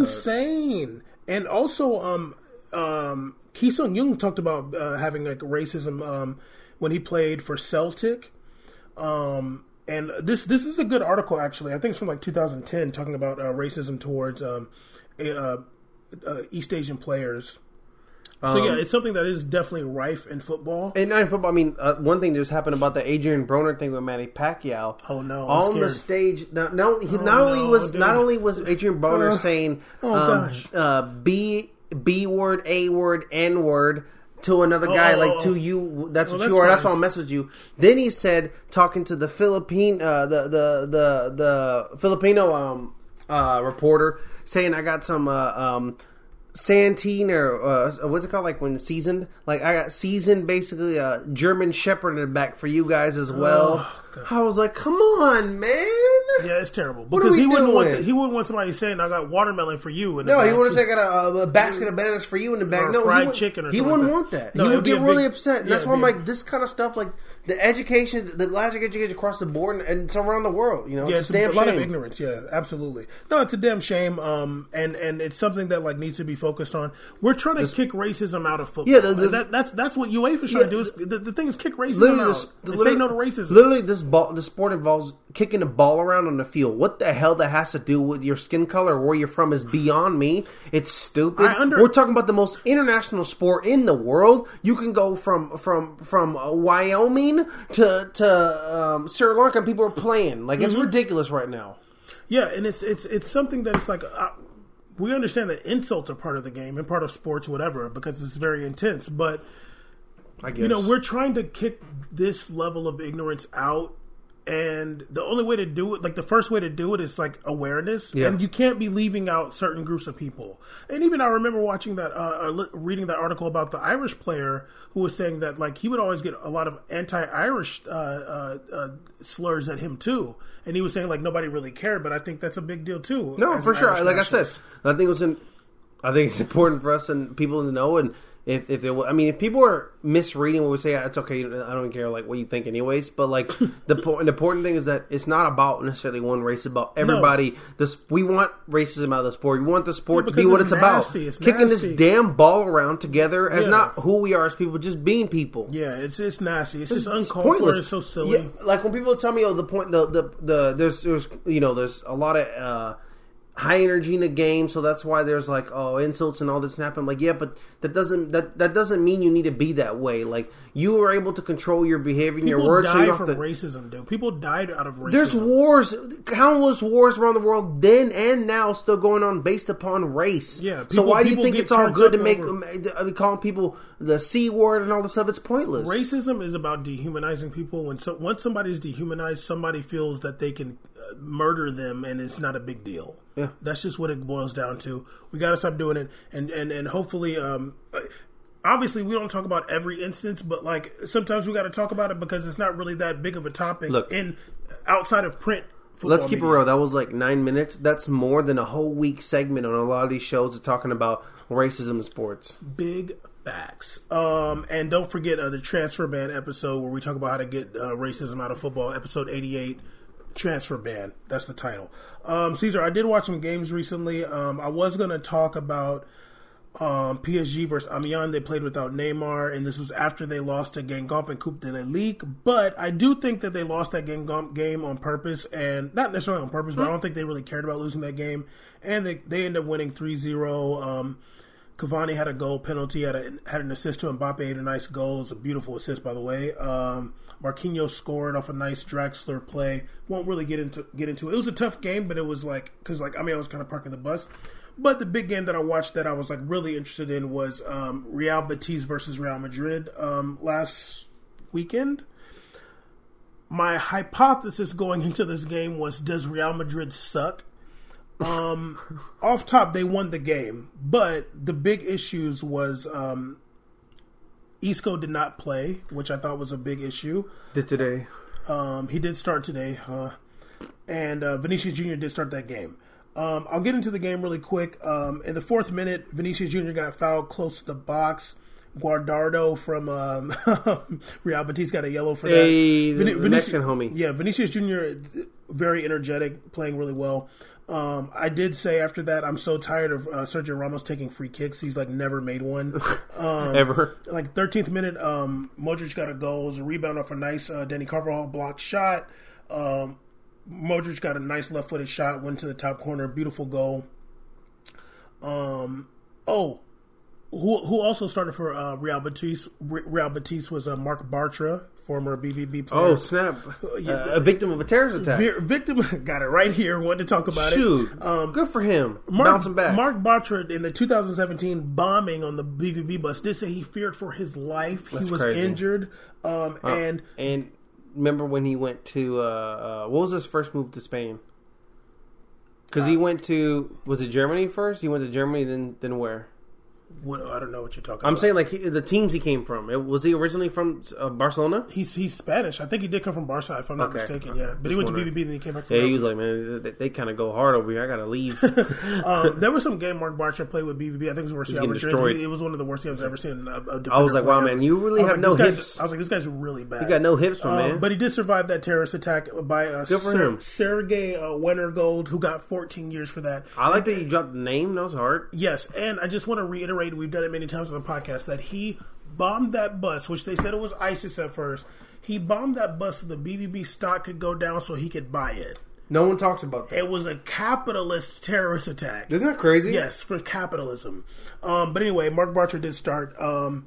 A: Insane. And also, um, um, Ki Sung Jung talked about uh, having like racism um, when he played for Celtic. Um, and this this is a good article actually. I think it's from like 2010 talking about uh, racism towards um, a, uh, uh, East Asian players. So yeah, it's something that is definitely rife in football.
B: And not in football. I mean, uh, one thing that just happened about the Adrian Broner thing with Manny Pacquiao.
A: Oh, no, I'm Oh,
B: On the stage, not, no, he, not only
A: no,
B: was
A: dude.
B: not only was Adrian Broner
A: Uh,
B: saying
A: oh,
B: um,
A: gosh.
B: uh, b b word, a word, n word to another guy
A: oh,
B: like
A: oh.
B: to you. That's what
A: Well,
B: you
A: that's
B: are. That's why
A: fine.
B: I'll message you. Then he said talking to the Philippine, uh, the the the the Filipino um, uh, reporter saying I got some. Uh, um, Santine or uh, what's it called? Like when seasoned? Like I got seasoned, basically a German Shepherd in the back for you guys as well.
A: Oh, God.
B: I was like, come on, man.
A: Yeah, it's terrible
B: are
A: because
B: we
A: he wouldn't want
B: doing?
A: th- he wouldn't want somebody saying I got watermelon for you. And
B: No, he would have said, I got a, a basket of bananas for you in the back.
A: Or
B: no,
A: fried
B: he would,
A: chicken or
B: He
A: something
B: wouldn't
A: like
B: want
A: that.
B: that.
A: No, it
B: he would
A: would be
B: get
A: a
B: really
A: big-
B: upset. And
A: yeah,
B: that's
A: it'd
B: why I'm
A: be a-
B: like, this kind of stuff, like the education, the lack of education across the board and it's around the world. You know,
A: Yeah, it's
B: it's, a damn
A: a lot
B: shame.
A: of ignorance. Yeah, absolutely. No, it's a damn shame. Um, and and it's something that like needs to be focused on. We're trying to kick racism out of football.
B: Yeah, the- the-
A: that, that's that's what UEFA's trying to
B: Yeah,
A: do. Is, the, the thing is kick racism
B: Literally,
A: out.
B: this,
A: And
B: literally-
A: say no to racism.
B: Literally, this ball, the sport involves kicking the ball around on the field. What the hell that has to do with your skin color, or where you're from, is beyond me. It's stupid.
A: I under-
B: We're talking about the most international sport in the world. You can go from from from uh, Wyoming to to um, Sri Lanka, and people are playing. Like
A: Mm-hmm.
B: it's ridiculous right now.
A: Yeah, and it's it's it's something that it's like uh, we understand that insults are part of the game and part of sports, whatever, because it's very intense. But
B: I guess
A: you know, we're trying to kick this level of ignorance out. And the only way to do it, like the first way to do it, is like awareness,
B: Yeah.
A: and you can't be leaving out certain groups of people. And even I remember watching that, uh, or li- reading that article about the Irish player who was saying that like he would always get a lot of anti-Irish uh, uh, uh, slurs at him too, and he was saying like nobody really cared, but I think that's a big deal too.
B: No,
A: as
B: for
A: an
B: sure.
A: Irish
B: Like I said,
A: nationalist.
B: I think it's in, I think it's important for us and people to know. And if if they, I mean, if people are misreading what we say, it's okay. I don't care like what you think, anyways. But like the po- the important thing is that it's not about necessarily one race. It's about everybody. This we want racism out of the sport. We want the sport
A: Yeah,
B: to be
A: because
B: what it's,
A: it's
B: about.
A: nasty. It's
B: Kicking this
A: nasty.
B: damn ball around together as
A: Yeah.
B: not who we are as people, just being people.
A: yeah, it's it's nasty. It's, just
B: It's
A: uncalled for. It's so silly.
B: Yeah, like when people tell me, oh, the point, the the, the there's there's you know there's a lot of uh, high energy in the game, so that's why there's like oh insults and all this and I'm like, yeah, but that doesn't that that doesn't mean you need to be that way. Like you are able to control your behavior and your
A: People
B: words. so you
A: die
B: don't
A: from
B: have to,
A: racism, dude. People died out of racism.
B: there's wars, countless wars around the world then and now still going on based upon race.
A: Yeah,
B: so
A: people-
B: why do you
A: people
B: think
A: get
B: it's all
A: turned
B: good to
A: up
B: make
A: over-
B: um, uh, calling people the c word and all this stuff? It's pointless.
A: Racism is about dehumanizing people. When so, once somebody's dehumanized, somebody feels that they can uh, murder them, and it's not a big deal.
B: Yeah.
A: that's just what it boils down to. We got to stop doing it, and and and hopefully, um, obviously, we don't talk about every instance, but like sometimes we got to talk about it because it's not really that big of a topic
B: Look.
A: in outside of print. Football
B: Let's keep
A: media.
B: it real. That was like nine minutes. That's more than a whole week segment on a lot of these shows that talking about racism in sports.
A: Big facts. Um, and don't forget uh, the transfer ban episode where we talk about how to get uh, racism out of football. Episode eighty-eight, transfer ban. That's the title. Um, Caesar, I did watch some games recently. Um, I was going to talk about um, PSG versus Amiens. They played without Neymar, and this was after they lost to Gangomp and Coupe de la Ligue. But I do think that they lost that Gangomp game on purpose, and not necessarily on purpose, but I don't think they really cared about losing that game. And they, they end up winning 3 0. Um, Cavani had a goal penalty, had, a, had an assist to Mbappe, had a nice goal. It's a beautiful assist, by the way. Um, Marquinhos scored off a nice Draxler play. Won't really get into get into it. It was a tough game, but it was like because like I mean I was kind of parking the bus. But the big game that I watched that I was like really interested in was um, Real Betis versus Real Madrid um, last weekend. My hypothesis going into this game was: Does Real Madrid suck? off top they won the game, but the big issues was um, Isco did not play, which I thought was a big issue.
B: Did today?
A: Um, he did start today, uh, and uh, Vinicius Jr. did start that game. Um, I'll get into the game really quick. Um, in the fourth minute, Vinicius Jr. got fouled close to the box. Guardardo from um, Real Betis got a yellow for that.
B: Hey, the-
A: Uh, Vini-
B: the Mexican homie.
A: Yeah, Vinicius Jr. very energetic, playing really well. Um, I did say after that, I'm so tired of uh, Sergio Ramos taking free kicks. He's like never made one. Um,
B: Ever?
A: like 13th minute, um, Modric got a goal. It was a rebound off a nice uh, Danny Carvajal block shot. Um, Modric got a nice left footed shot, went to the top corner, beautiful goal. Um, oh, who who also started for uh, Real Batiste. Re- Real Batiste was uh, Mark Bartra, former BVB player.
B: Oh snap!
A: yeah,
B: Uh, a victim of a terrorist attack.
A: Vi- victim got it right here. Wanted to talk about
B: Shoot,
A: it. Um,
B: good for him.
A: Mark,
B: Bouncing back.
A: Mark Bartra in the 2017 bombing on the BVB bus did say he feared for his life.
B: That's
A: he was
B: crazy.
A: injured, um, and
B: and remember when he went to uh, uh, what was his first move to Spain? Because
A: Uh,
B: he went to was it Germany first? He went to Germany, then then where?
A: well, I don't know what you're talking.
B: I'm
A: about.
B: saying like he, the teams he came from. It, was he originally from uh, Barcelona?
A: he's he's Spanish. I think he did come from Barca, if I'm not
B: Okay.
A: mistaken.
B: Okay.
A: Yeah, but he
B: Just
A: went
B: wondering.
A: to BVB and then he came back. From
B: Yeah,
A: Real
B: he was like, man, they, they kind of go hard over here. I gotta leave.
A: um, there was some game Mark Bartra played with BVB. I think it was versus Real
B: getting
A: Madrid.
B: destroyed.
A: It was one of the worst games I've ever seen. A, a
B: I was like, wow, man, you really have no hips.
A: Guy's, I was like, this guy's really bad.
B: You got no hips, my
A: Um,
B: man.
A: But he did survive that terrorist attack by uh,
B: Good for
A: Ser-
B: him.
A: Sergei uh, Wintergold, who got 14 years for that.
B: I like that you dropped the name. That was hard.
A: Yes, and I just want to reiterate we've done it many times on the podcast that he bombed that bus, which they said it was ISIS at first. He bombed that bus so the BVB stock could go down so he could buy it.
B: No one talks about that.
A: It was a capitalist terrorist attack.
B: Isn't that crazy?
A: Yes, for capitalism. Um, but anyway, Mark Bartra did start. Um,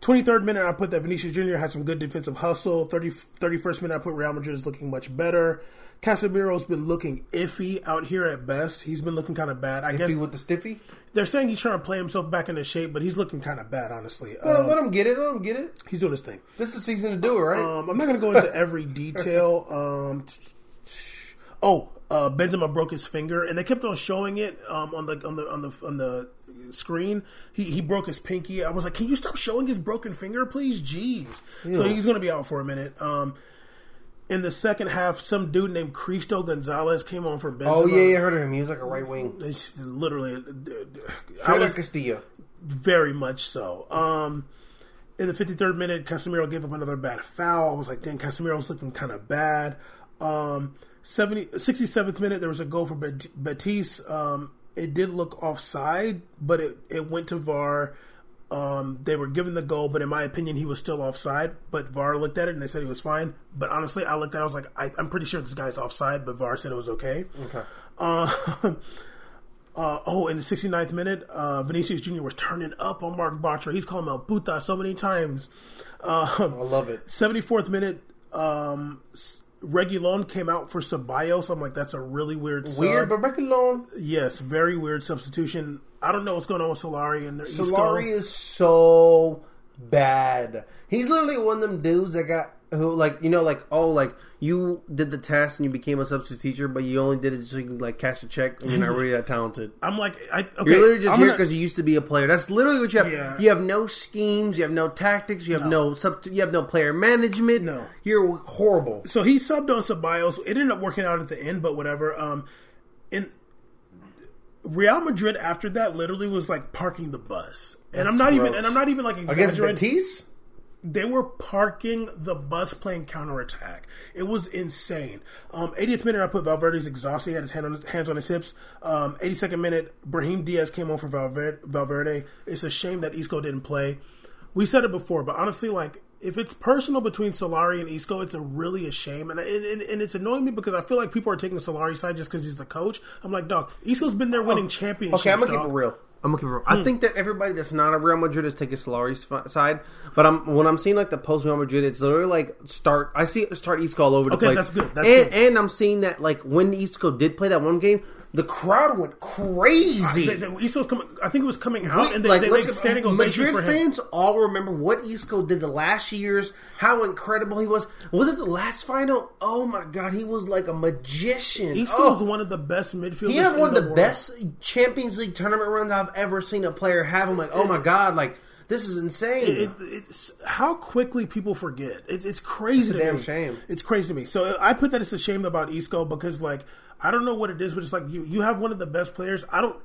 A: 23rd minute, I put that Vinicius Jr. had some good defensive hustle. 30, 31st minute, I put Real Madrid is looking much better. Casemiro's been looking iffy out here at best. He's been looking kind of bad. I guess
B: with the stiffy.
A: they're saying he's trying to play himself back into shape, but he's looking kind of bad, honestly. Uh,
B: let him get it. Let him get it.
A: he's doing his thing.
B: This is the season to do it, right?
A: Um, I'm not going to go into every detail. Um, t- t- oh, uh, Benzema broke his finger, and they kept on showing it um, on the on the on the on the screen. He he broke his pinky. I was like, can you stop showing his broken finger, please? Jeez. So he's going to be out for a minute. Um, in the second half, some dude named Cristo Gonzalez came on for Benzema.
B: oh yeah, yeah, I heard of him. He was like a right wing.
A: It's literally, I
B: Straight
A: was
B: out Castillo.
A: very much so. Um, in the 53rd minute, Casemiro gave up another bad foul. I was like, dang, Casemiro's looking kind of bad. Um, 70, 67th minute, there was a goal for Bat- Batiste. Um, it did look offside, but it, it went to VAR. Um, they were given the goal, but in my opinion, he was still offside. But VAR looked at it and they said he was fine. But honestly, I looked at it, I was like, I, I'm pretty sure this guy's offside, but VAR said it was okay.
B: Okay.
A: Uh, uh, oh, in the 69th minute, uh, Vinicius Jr. was turning up on Mark Bartra. He's calling him out puta so many times.
B: I love it.
A: 74th minute, um, S- Regulon came out for Ceballos. I'm like, that's a really weird sub.
B: Weird, but Regulon
A: Yes, very weird substitution. I don't know what's going on with Solari and their Isco.
B: Solari is so bad. He's literally one of them dudes that got who like you know like oh like you did the test and you became a substitute teacher, but you only did it so you can like cash a check. and You're not really that talented.
A: I'm like, I, okay,
B: You're literally just
A: I'm
B: here
A: gonna-
B: because you used to be a player. That's literally what you have.
A: Yeah.
B: You have no schemes. You have no tactics. You have no, sub. You have no player management.
A: No.
B: you're horrible.
A: so he subbed on Ceballos. It ended up working out at the end, but whatever. Um, and Real Madrid after that literally was like parking the bus, and I'm not even
B: gross.
A: and I'm not even like
B: Against
A: exaggerating.
B: Batiste,
A: they were parking the bus playing counterattack. It was insane. Um, 80th minute, I put Valverde's exhausted. He had his hand on, hands on his hips. Um, 82nd minute, Brahim Diaz came on for Valverde, Valverde. It's a shame that Isco didn't play. We said it before, but honestly, like if it's personal between Solari and Isco, it's a really a shame, and and, and, and it's annoying me because I feel like people are taking Solari's side just because he's the coach. I'm like, dog, Isco's been there winning championships.
B: Oh, Okay, I'm gonna
A: dog.
B: keep it real. I'm gonna keep it real.
A: Hmm.
B: I think that everybody that's not a Real Madrid is taking Solari's f- side, but I'm when I'm seeing like the post Real Madrid, it's literally like start. I see it start Isco all over the
A: Okay,
B: place.
A: that's good, that's
B: and,
A: good.
B: and I'm seeing that like when Isco did play that one game, the crowd went crazy.
A: They- they- Isco's coming. I think it was coming out, and they,
B: like,
A: they, they
B: let's-
A: standing ovation
B: Madrid
A: for him.
B: fans all remember what Isco did the last years, how incredible he was. Was it the last final? Oh my god, he was like a magician.
A: Isco
B: Oh.
A: is one of the best midfielders.
B: He had
A: in
B: one of the,
A: world.
B: best Champions League tournament runs I've ever seen a player have. I'm like, oh my god, like this is insane.
A: It, it's how quickly people forget. It, it's crazy.
B: a
A: to
B: damn
A: me.
B: shame.
A: It's crazy to me. So I put that it's a shame about Isco because like I don't know what it is, but it's like you you have one of the best players. I don't.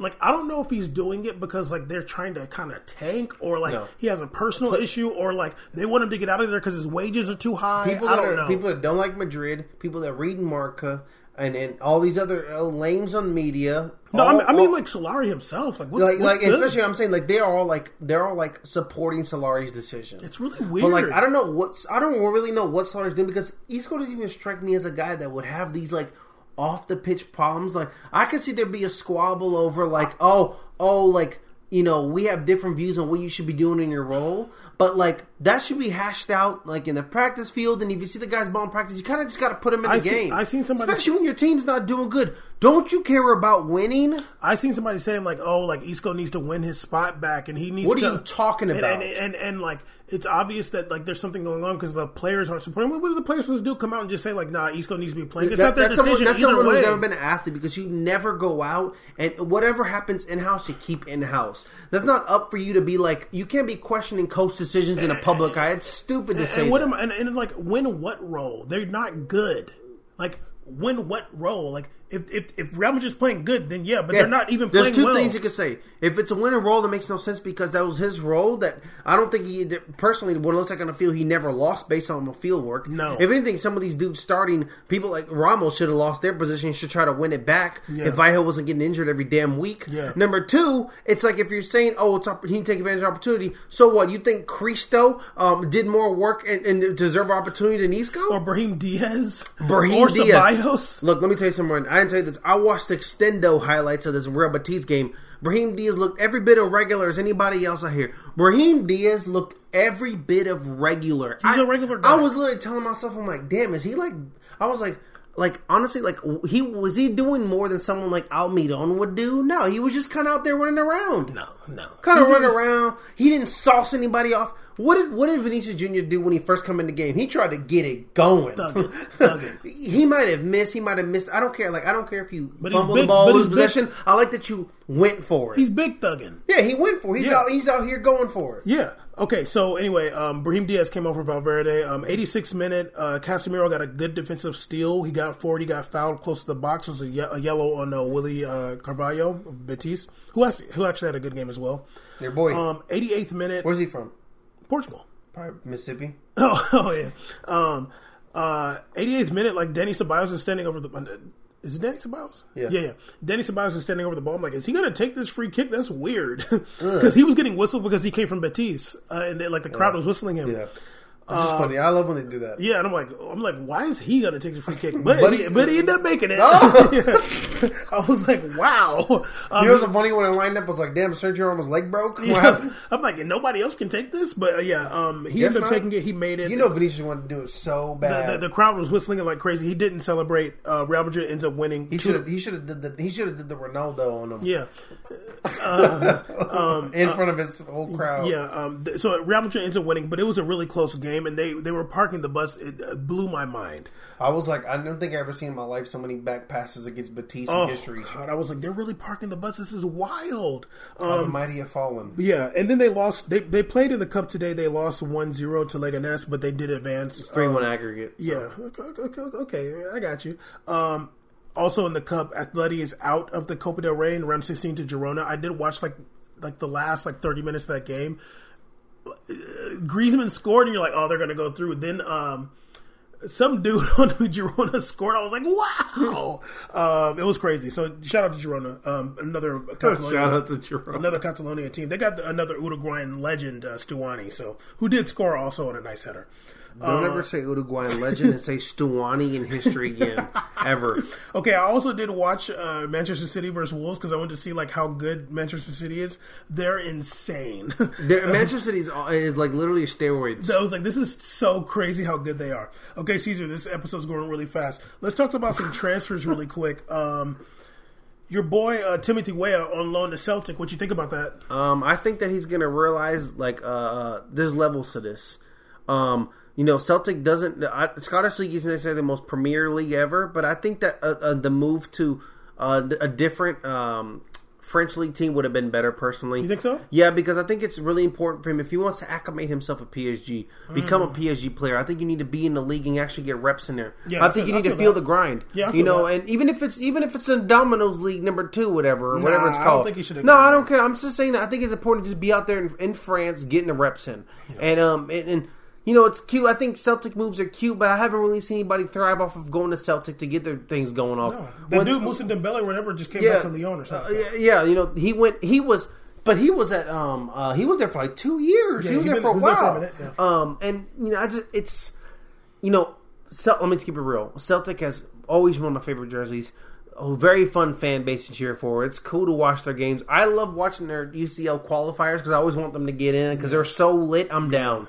A: Like I don't know if he's doing it because like they're trying to kind of tank, or like
B: No.
A: he has a personal issue, or like they want him to get out of there because his wages are too high.
B: people
A: I
B: that
A: don't
B: are
A: know.
B: people that don't like Madrid, people that read Marca, and and all these other uh, lames on media.
A: no, I
B: all-
A: mean, I mean
B: all-
A: like Solari himself. Like what's,
B: like,
A: what's
B: like
A: good?
B: especially I'm saying like they're all like they're all like supporting Solari's decision.
A: it's really weird.
B: But like I don't know what's I don't really know what Solari's doing because Isco doesn't even strike me as a guy that would have these like off the pitch problems. Like I could see there be a squabble over like oh oh like you know, we have different views on what you should be doing in your role, but like that should be hashed out like in the practice field. And if you see the guys balling practice, you kind of just got to put them in
A: I
B: the
A: see-
B: game.
A: I seen somebody-
B: especially when your team's not doing good. Don't you care about winning?
A: I seen somebody saying like, "Oh, like Isco needs to win his spot back, and he needs."
B: What are
A: to,
B: you talking
A: and-
B: about?
A: And, and, and, like, it's obvious that like there's something going on because the players aren't supporting. What do the players supposed to do? Come out and just say like, "Nah, Isco needs to be playing." It's
B: That-
A: not their
B: that's
A: decision
B: someone, that's
A: either
B: someone
A: way.
B: who's never been an athlete because you never go out and whatever happens in house, you keep in house. That's not up for you to be like. You can't be questioning coach decisions in a public eye. It's stupid to say.
A: and what
B: that.
A: am I, and, and like win what role? They're not good. Like win what role? Like if if if Real Madrid's playing good, then yeah, but they're not even
B: There's
A: playing
B: two
A: well.
B: things you could say. If it's a winning role, that makes no sense because that was his role. That I don't think he that personally what it looks like on the field. He never lost based on the field work.
A: No.
B: If anything, some of these dudes starting people like Ramos should have lost their position. Should try to win it back. If Viejo wasn't getting injured every damn week.
A: Yeah.
B: Number two, it's like if you're saying, oh, it's opp- he didn't take advantage of opportunity. So what? You think Cristo um, did more work and, and deserve opportunity than Isco?
A: or Brahim Diaz,
B: Brahim
A: or
B: Diaz.
A: Ceballos.
B: Look, let me tell you something. I didn't tell you this. I watched the extendo highlights of this Real Betis game. Brahim Diaz looked every bit of regular as anybody else out here. Brahim Diaz looked every bit of regular.
A: He's
B: a
A: a regular guy.
B: I was literally telling myself, I'm like, damn, is he like? I was like, like honestly, like w- he was he doing more than someone like Almidon would do? No, he was just kind of out there running around
A: No, no,
B: kind of
A: He's a-
B: run around. He didn't sauce anybody off. What did what did Vinicius Junior do when he first come in the game? He tried to get it going.
A: Thug it, thug it.
B: he might have missed. He might have missed. I don't care. Like I don't care if you
A: But he's
B: fumble the
A: big-
B: ball,
A: but
B: lose
A: he's big.
B: possession. I like that you went for it.
A: He's big thugging.
B: yeah, he went for it. He's
A: Yeah.
B: out. He's out here going for it.
A: Yeah. Okay. So anyway, um, Brahim Diaz came over Valverde. Um, 86 minute. Uh, Casemiro got a good defensive steal. He got forward. He got fouled close to the box. It was a, ye- a yellow on uh, Willie uh, Carvalho of Betis, who has, who actually had a good game as well.
B: Your boy.
A: Um, 88th minute.
B: Where's he from?
A: Portugal.
B: Probably Mississippi.
A: Oh, oh yeah. Um, uh, 88th minute. Like Danny Ceballos is standing over the. uh, Is it Danny Ceballos?
B: Yeah.
A: yeah, yeah. Danny Ceballos is standing over the ball. I'm like, is he going to take this free kick? That's weird, because he was getting whistled because he came from Betis, uh, and they, like the crowd was whistling him.
B: Yeah, it's just funny. I love when they do that.
A: Uh, Yeah, and I'm like, I'm like, why is he gonna take the free kick? But
B: But
A: but
B: he-
A: he, ended up making it. I was like, wow. Um,
B: You know what's funny when I lined up? I was like, "Damn, Sergio Ramos' leg broke." What happened?
A: I'm like, and nobody else can take this, but uh, yeah, um, he ended up
B: not.
A: taking it. He made it.
B: You know, Vinicius wanted to do it so bad.
A: the, the crowd was whistling it like crazy. He didn't celebrate. Uh, Real Madrid ends up winning.
B: He
A: two-
B: should have. He should have did the. He should have did the Ronaldo on him
A: yeah,
B: in front of his whole crowd.
A: yeah. Um, th- so Real Madrid ends up winning, but it was a really close game, and they they were parking the bus. It uh, blew my mind.
B: I was like, I don't think I ever seen in my life so many back passes against Batiste in history.
A: God, I was like, they're really parking the bus. This is wild. Um,
B: How the mighty have fallen.
A: Yeah, and then they lost. They they played in the cup today. They lost 1-0 to Leganés, but they did advance. Uh,
B: one aggregate.
A: yeah, okay, okay, okay, okay, I got you. Um, also in the cup, Atleti is out of the Copa del Rey in round sixteen to Girona. I did watch like like the last like thirty minutes of that game. Uh, Griezmann scored, and you're like, oh, they're gonna go through. Then um, some dude on who Girona scored. I was like, wow, um, it was crazy. So shout out to Girona, um, another Catalonian-
B: to Jerome.
A: another Catalonia team. They got the, another Uruguayan legend, uh, Stuani, so who did score also on a nice header.
B: Don't ever say Uruguayan legend and say Stuani in history again, ever.
A: Okay, I also did watch uh, Manchester City versus Wolves because I wanted to see like how good Manchester City is. They're insane.
B: There- Manchester City is like literally steroids.
A: I was like, this is so crazy how good they are. Okay, Caesar, this episode's going really fast. Let's talk about some transfers really quick. Um, your boy uh, Timothy Weah on loan to Celtic. What you think about that?
B: Um, I think that he's going to realize like uh, there's levels to this. Um, you know, Celtic doesn't. I, Scottish league isn't necessarily the most premier league ever, but I think that uh, uh, the move to uh, a different um, French league team would have been better personally. You
A: think so?
B: Yeah, because I think it's really important for him if he wants to acclimate himself at PSG, become a
A: Mm.
B: PSG player. I think you need to be in the league and actually get reps in there.
A: Yeah, I
B: I think
A: feel-
B: you
A: I
B: need to
A: feel
B: feel
A: that.
B: the grind.
A: Yeah, I
B: you
A: feel
B: know,
A: that.
B: and even if it's even if it's in Domino's League number two, whatever, or whatever
A: Nah,
B: it's
A: I
B: called.
A: don't think he should have
B: No,
A: gone
B: I
A: there.
B: don't care. I'm just saying. that I think it's important to just be out there in, in France, getting the reps in, and um, and, and you know, it's cute. I think Celtic moves are cute, but I haven't really seen anybody thrive off of going to Celtic to get their things going off.
A: The
B: When-
A: dude Moussa Dembele, or whatever, just came back to Lyon or something.
B: uh, yeah, yeah, you know, he went. He was, but he was at. Um, uh, he was there for like two years.
A: Yeah,
B: he was
A: he been-
B: there for a
A: he was there for a
B: while.
A: minute, yeah.
B: Um, and you know, I just it's, you know, Cel- let me just keep it real. Celtic has always one of my favorite jerseys. a very fun fan base to cheer for. It's cool to watch their games. I love watching their UCL qualifiers because I always want them to get in because they're so lit. I'm down.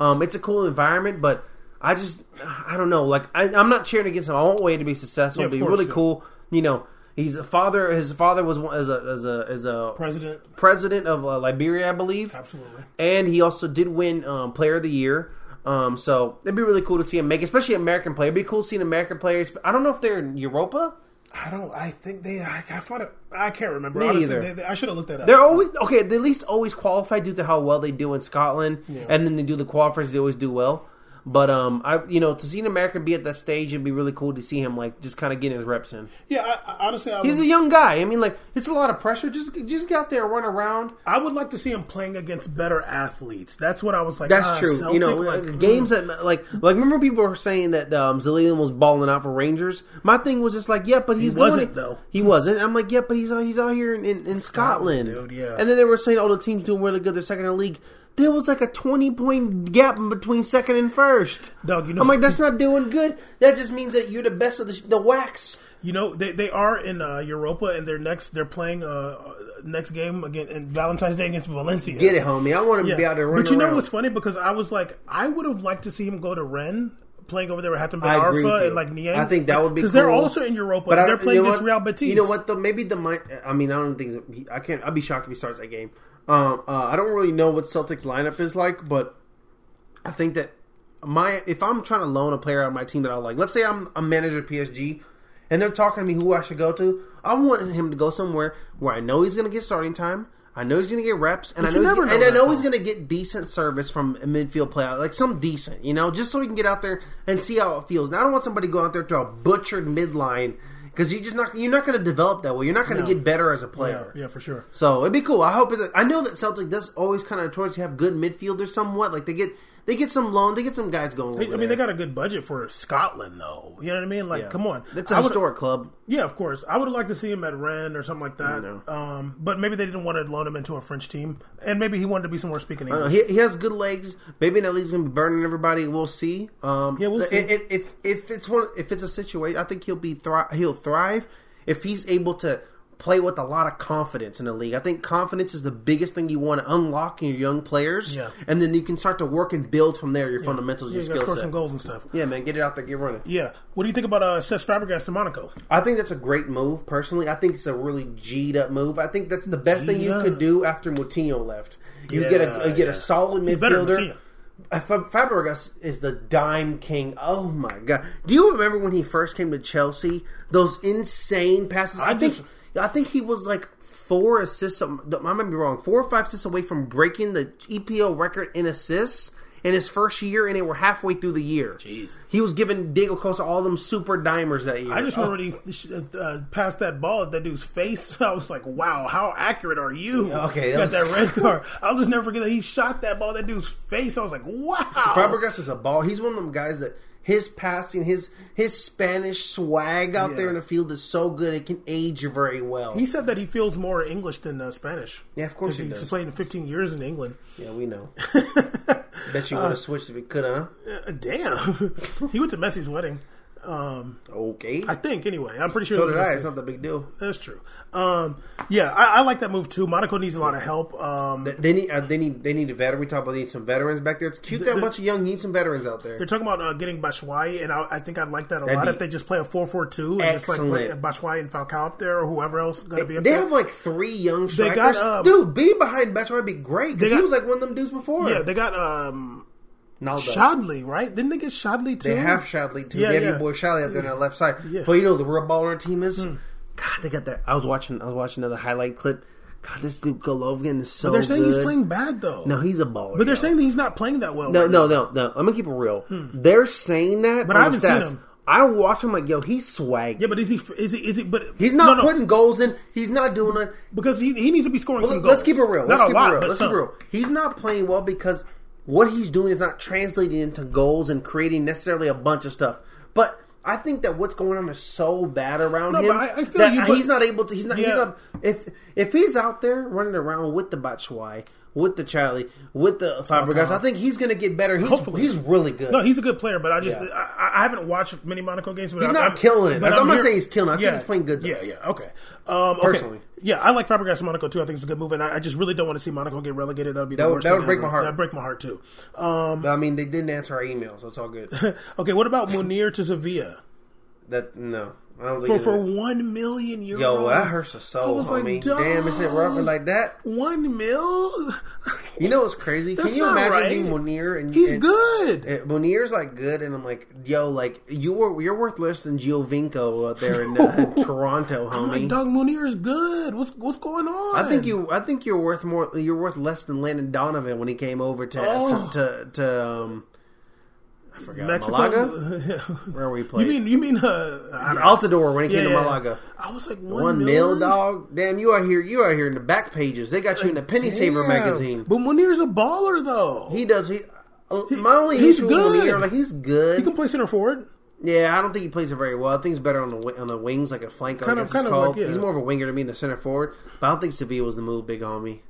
B: Um, it's a cool environment, but I just I don't know. Like I, I'm not cheering against him. I want Wade to be successful.
A: Yeah, of
B: be
A: course,
B: really
A: yeah.
B: cool. You know, he's a father. His father was one- as a as a as a
A: President,
B: president of uh, Liberia, I believe
A: absolutely.
B: and he also did win um, Player of the Year. Um, so it'd be really cool to see him make, especially American player. It'd be cool seeing American players. I don't know if they're in Europa.
A: I don't. I think they. I, I thought it. I can't remember.
B: Me
A: Honestly,
B: either.
A: They, they- I should have looked that up.
B: They're always okay. They at least always qualify due to how well they do in Scotland,
A: Yeah.
B: and then they do the qualifiers. They always do well. But um, I you know to see an American be at that stage, it'd be really cool to see him like just kind of getting his reps in.
A: yeah. I, I, honestly, I
B: He's a
A: would,
B: young guy. I mean, like it's a lot of pressure. Just just get out there, and run around.
A: I would like to see him playing against better athletes. That's what I was like.
B: That's
A: ah,
B: true. you
A: Celtic,
B: know, uh,
A: like,
B: games that like like remember people were saying that um, Zillian was balling out for Rangers. My thing was just like, yeah, but he's doing
A: wasn't,
B: it.
A: though.
B: He wasn't. I'm like, yeah, but he's out, he's out here in, in, in Scotland,
A: Scotland, dude, yeah.
B: And then they were saying, oh, the team's doing really good. They're second in the league. There was like a 20 point gap in between second and first.
A: Dog, you know-
B: I'm like, that's not doing good. That just means that you're the best of the, sh- the wax.
A: You know, they they are in uh, Europa, and their next they're playing uh, uh, next game again in Valentine's Day against Valencia.
B: Get it, homie. I want to
A: Yeah.
B: be out there running
A: But you know
B: around.
A: what's funny? Because I was like, I would have liked to see him go to Ren. Playing over there with Hatem
B: I agree with
A: Arfa
B: you.
A: and like Niang.
B: I think that would be
A: because they're
B: cool.
A: also in Europa.
B: I
A: and they're
B: don't-
A: playing
B: you know
A: against
B: what?
A: Real Betis.
B: You know what though? Maybe the mind. I mean, I don't think he- I can't. I'd be shocked if he starts that game. Um, uh, I don't really know what Celtics lineup is like, but I think that my if I'm trying to loan a player out of my team that I like, let's say I'm a manager of PSG, and they're talking to me who I should go to. I want him to go somewhere where I know he's going to get starting time. I know he's going to get reps, and I
A: you
B: know, he's,
A: never
B: and
A: know
B: I
A: that,
B: know he's
A: though.
B: going to get decent service from a midfield playout, like some decent, you know, just so he can get out there and see how it feels. Now, I don't want somebody to go out there to a butchered midline because you just not you're not going to develop that way. You're not going to
A: No.
B: get better as a
A: Yeah,
B: player.
A: yeah, for sure.
B: So it'd be cool. I hope. It, I know that Celtic does always kind of towards have good midfielders somewhat. Like they get they get some loan, they get some guys going.
A: I mean, they got a good budget for Scotland, though. You know what I mean? Like, come on,
B: It's a
A: I would-
B: historic club.
A: Yeah, of course. I would have liked to see him at Rennes or something like that.
B: No.
A: Um, but maybe they didn't want to loan him into a French team, and maybe he wanted to be somewhere speaking
B: Uh,
A: English.
B: He, he has good legs. Maybe that league's gonna be burning everybody. We'll see. Um,
A: Yeah, we'll
B: th-
A: see.
B: If, if if it's one, if it's a situation, I think he'll be thri- he'll thrive if he's able to play with a lot of confidence in the league. I think confidence is the biggest thing you want to unlock in your young players,
A: Yeah.
B: and then you can start to work and build from there your fundamentals,
A: yeah,
B: your
A: he's gonna
B: skill
A: score some
B: set.
A: goals and stuff.
B: Yeah, man, get it out there, get running.
A: Yeah. What do you think about uh, Cesc Fabregas to Monaco?
B: I think that's a great move, personally. I think it's a really G'd up move. I think that's the best thing you
A: G'd
B: could
A: up.
B: do after Moutinho left. You get a
A: Yeah,
B: you get
A: yeah.
B: a solid
A: better than
B: midfielder. F- Fabregas is the dime king. Oh my god! Do you remember when he first came to Chelsea? Those insane passes. I,
A: I
B: think
A: just-
B: I think he was like four assists. I might be wrong. Four or five assists away from breaking the EPL record in assists in his first year, and they were halfway through the year.
A: Jeez.
B: He was giving Diego Costa all them super dimers that year. Oh,
A: I just remember when he uh, passed that ball at that dude's face. I was like, "Wow, how accurate are you?"
B: Okay, that
A: got
B: was-
A: that red card. I'll just never forget that he shot that ball at that dude's face. I was like, "Wow."
B: Fabregas is a ball. He's one of them guys that his passing, his his Spanish swag out
A: Yeah.
B: there in the field is so good it can age you very well.
A: He said that he feels more English than uh, Spanish.
B: Yeah, of course
A: 'Cause
B: he
A: he's
B: does.
A: played 15 years in England.
B: yeah, we know. Bet you would have switched if you could, huh?
A: Uh, damn, he went to Messi's wedding. Um,
B: Okay.
A: I think anyway. I'm pretty sure.
B: so
A: it was
B: did I.
A: Messi.
B: It's not the big deal.
A: That's true. Um, yeah, I, I like that move too. Monaco needs a lot of help. Um,
B: They need, uh, they need, they need a veteran. We talk about they need some veterans back there. It's cute that a
A: the-
B: bunch of young need some veterans out there.
A: They're talking about uh, getting Bashwai, and I, I think I'd like that a
B: That'd
A: lot
B: be
A: if they just play a 4 4 2 and just like play
B: excellent.
A: Bashwai and Falcao up there or whoever else going to be up
B: They
A: there.
B: have like three young
A: They
B: strikers.
A: got, um,
B: Dude, being behind Bachelor would be great because
A: got-
B: he was like one of them dudes before.
A: yeah, they got um,
B: Naldo.
A: Shadley, right? Didn't they get Shadley too?
B: They have Shadley too.
A: Yeah,
B: they have
A: yeah.
B: your boy Shadley out there on that left side.
A: Yeah. Hmm.
B: But you know who the real baller on the team is. God, they got that. I was watching. I was watching another highlight clip. God, this dude Golovkin is so.
A: They're saying
B: good.
A: he's playing bad though.
B: No, he's a baller.
A: but they're
B: yo.
A: saying that he's not playing that well.
B: no,
A: right
B: no, no, no. I'm gonna keep it real. They're saying that,
A: But
B: on
A: I
B: the
A: haven't
B: stats.
A: seen him.
B: I watch him like, yo, he's swag.
A: Yeah, but is he? Is he? Is he? But
B: He's not
A: no, no,
B: putting goals in. He's not doing it.
A: because he, he needs to be scoring some goals.
B: Let's keep it real.
A: Not
B: Let's
A: a
B: keep it
A: lot,
B: real.
A: but
B: Let's
A: some.
B: keep it real. He's not playing well because what he's doing is not translating into goals and creating necessarily a bunch of stuff. But I think that what's going on is so bad around
A: No,
B: him
A: but I- I feel
B: that
A: you, but-
B: he's not able to. He's not. He's
A: Yeah.
B: not if if he's out there running around with the Batshuayi, with the Charlie, with the Fabregas. I think he's going to get better. He's,
A: Hopefully.
B: he's really good.
A: No, he's a good player, but I just
B: Yeah.
A: I, I haven't watched many Monaco games. But
B: He's
A: I'm,
B: not
A: I'm-
B: killing it.
A: but
B: I'm not saying he's killing it. I think
A: yeah,
B: he's playing good, though.
A: Yeah, yeah, okay. Um,
B: Personally.
A: okay. yeah, I like Fabregas in Monaco too. I think it's a good move, and I, I just really don't want to see Monaco get relegated. That would be the
B: That would-
A: worst
B: that
A: thing
B: would break
A: ever.
B: my heart.
A: That'd break my heart too. Um,
B: But, I mean, they didn't answer our email, so it's all good.
A: okay, what about Munir to Sevilla
B: that no, I don't
A: for
B: think.
A: for
B: For,
A: one million euro?
B: yo, that hurts the soul,
A: I was like,
B: homie. Damn, is it
A: dog.
B: rubber like that?
A: One mil?
B: You know what's crazy?
A: That's
B: Can you
A: not
B: imagine
A: right.
B: being Munir and
A: He's
B: and-
A: good.
B: and Munir's like good, and I'm like, yo, like you were you're worth less than Giovinco out there in uh, Toronto,
A: I'm like,
B: homie.
A: dog Munir is good. What's what's going on?
B: I think you I think you're worth more. You're worth less than Landon Donovan when he came over to
A: Oh.
B: to, to, to um, I forgot Malaga.
A: Mexico.
B: Where we
A: you
B: played
A: mean you mean uh, I-
B: Altador when he came to
A: Yeah.
B: Malaga.
A: I was like one,
B: One
A: mil,
B: mil, dog. Damn, you out here. You out here in the back pages. They got you in the Penny Saver
A: Yeah.
B: magazine.
A: But Munir's a baller though. He,
B: He does. He, uh, my only
A: he's
B: issue with him
A: good.
B: here, like he's good.
A: can play center forward.
B: yeah, I don't think he plays it very well. I think he's better on the wi- on the wings, like a flanker.
A: Kind
B: I
A: of-
B: guess
A: kind
B: it's
A: of
B: called.
A: like, yeah.
B: He's more of a winger to me than a center forward. But I don't think Sevilla was the move, big homie.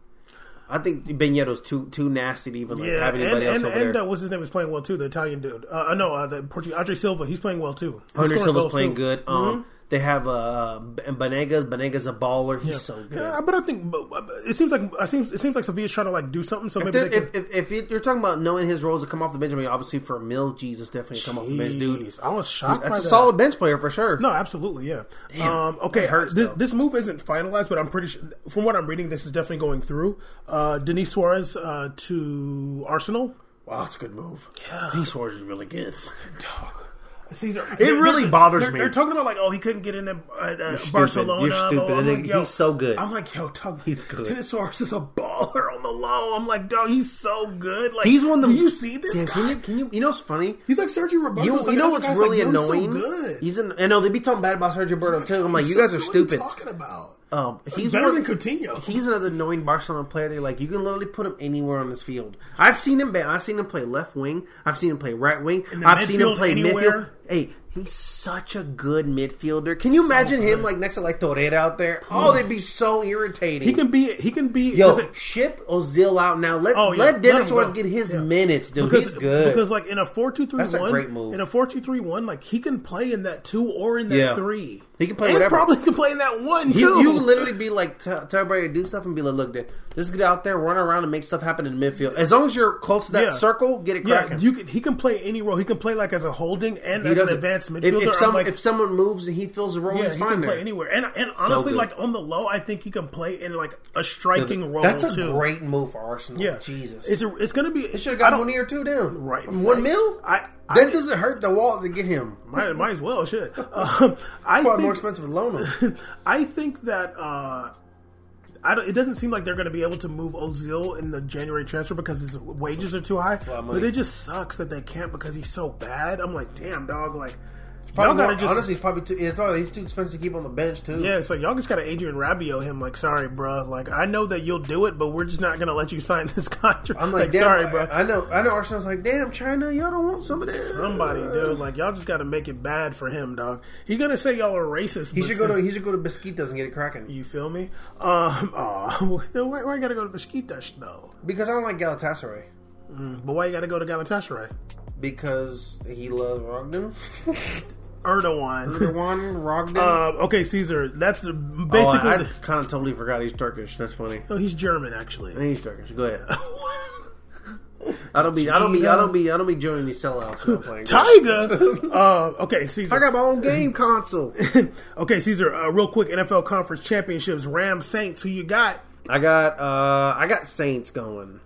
B: I think Beneto's too too nasty to even like,
A: Yeah,
B: have
A: and
B: anybody else
A: and,
B: over
A: and
B: there.
A: uh, what's his name is playing well too. The Italian dude. Uh, uh, no, uh, the Portuguese Andre Silva. He's playing well too. He's
B: Hunter
A: scoring
B: Silva's
A: goals,
B: playing
A: too.
B: good. Um, They have uh, B- Banegas. Banegas a baller. He's so good.
A: Yeah, but I think but, but it seems like it seems it seems like Sevilla's trying to like do something. So maybe
B: If,
A: they can.
B: if, if, if you're talking about knowing his roles to come off the bench, I mean, obviously for Mill, Jesus definitely come off the bench, dude.
A: Jeez, I was shocked. by
B: That's a
A: that.
B: solid bench player for sure.
A: No, absolutely, yeah. Um, okay,
B: That hurts,
A: this,
B: though.
A: this move isn't finalized, but I'm pretty sure, from what I'm reading, this is definitely going through. Uh, Denis Suarez uh, to Arsenal.
B: Wow, that's a good move. Yeah. These Suarez is really good.
A: Caesar, it
B: really bothers me.
A: They're talking about like, oh, he couldn't get in at, at uh,
B: stupid.
A: Barcelona.
B: You're
A: blah,
B: stupid.
A: blah. I'm
B: That
A: like,
B: nigga-
A: yo-
B: he's so good.
A: I'm like, yo, Tug,
B: He's good.
A: Tenosaurus is a baller on the low. I'm like, dog, he's so good. Like,
B: He's one of
A: Do
B: the.
A: you see this
B: Damn,
A: guy?
B: Can you, can you? You know what's funny?
A: he's like Sergio Roberto.
B: You,
A: It's
B: you
A: like
B: know
A: another
B: what's
A: guy's
B: really
A: like, yo,
B: annoying?
A: He's so good.
B: He's in. I know they be talking bad about Sergio Roberto too. I'm like, you
A: so
B: guys are
A: good.
B: stupid.
A: What are you talking about?
B: Um, he's
A: Better
B: one-
A: than Coutinho.
B: He's another annoying Barcelona player. They're like, you can literally put him anywhere on this field. I've seen him. ba- I've seen him play left wing. I've seen him play right wing.
A: the
B: I've seen him
A: midfield,
B: play midfield.
A: anywhere.
B: Hey, he's such a good midfielder. Can you imagine him like next to like Torreira out there? Oh, they'd be so irritating.
A: He can be. He can be.
B: Yo,
A: does it-
B: ship Ozil out now. Let
A: Oh, yeah.
B: let Dennis
A: Let him
B: Suarez
A: go.
B: get his
A: Yeah.
B: minutes, dude.
A: because
B: he's good.
A: because like in a four two three
B: That's a great
A: one
B: move.
A: in a four two three one like he can play in that two or in that
B: Yeah.
A: three.
B: He can play
A: and
B: whatever.
A: Probably can play in that one too.
B: You, you literally be like, t- tell everybody to do stuff and be like, look, dude, let's get out there, run around, and make stuff happen in midfield. As long as you're close to that
A: Yeah.
B: circle, get it
A: yeah,
B: cracking.
A: you can, he can play any role. He can play like as a holding and
B: He
A: as an
B: doesn't-
A: advanced midfielder.
B: If, if,
A: I'm
B: some,
A: like,
B: if someone moves and he fills the role,
A: yeah,
B: he's
A: he
B: fine
A: can
B: there.
A: play anywhere. And and honestly,
B: good.
A: like on the low, I think he can play in like a striking role.
B: That's a
A: too.
B: great move for Arsenal.
A: yeah.
B: Jesus.
A: It's a, it's gonna be.
B: They should have
A: I
B: got
A: don't-
B: one ear two down.
A: Right,
B: One
A: right.
B: mil?
A: I- I-
B: that doesn't hurt the wall to get him.
A: Might, might as well. Shit. Um, I
B: Probably
A: think,
B: more expensive to loan him.
A: I think that uh, I don't, it doesn't seem like they're going to be able to move Ozil in the January transfer because his wages are too high.
B: lot of money.
A: But it just sucks that they can't because he's so bad. I'm like, damn dog, like y'all
B: Probably
A: got to
B: more-
A: just
B: honestly, he's probably too. It's probably he's too expensive to keep on the bench too.
A: yeah, it's like y'all just got to Adrian Rabiot him. Like, sorry, bruh. Like, I know that you'll do it, but we're just not going to let you sign this contract.
B: I'm like, damn,
A: sorry,
B: I-
A: bruh.
B: I know, I know. Arsenal's like, damn, China, y'all don't want some of this.
A: Somebody, dude. Like, y'all just got to make it bad for him, dog. He's gonna say y'all are racist.
B: He should go to he should go to Bisquitos and get it cracking.
A: You feel me? Um, aw, why, why you gotta go to Besiktas though?
B: Because I don't like Galatasaray.
A: But why you gotta go to Galatasaray?
B: Because he loves Rogden.
A: Erdogan.
B: Erdogan Rogden.
A: uh, okay, Caesar. That's the, basically.
B: oh, I,
A: the-
B: kind of totally forgot he's Turkish. That's funny.
A: no, he's German, actually.
B: He's Turkish. Go ahead. I don't be. I don't be. I don't be. I don't be joining these sellouts. When I'm playing.
A: Tiger. uh, okay, Caesar.
B: I got my own game console.
A: okay, Caesar. Uh, real quick, NFL Conference Championships. Ram Saints. Who you got?
B: I got. uh I got Saints going.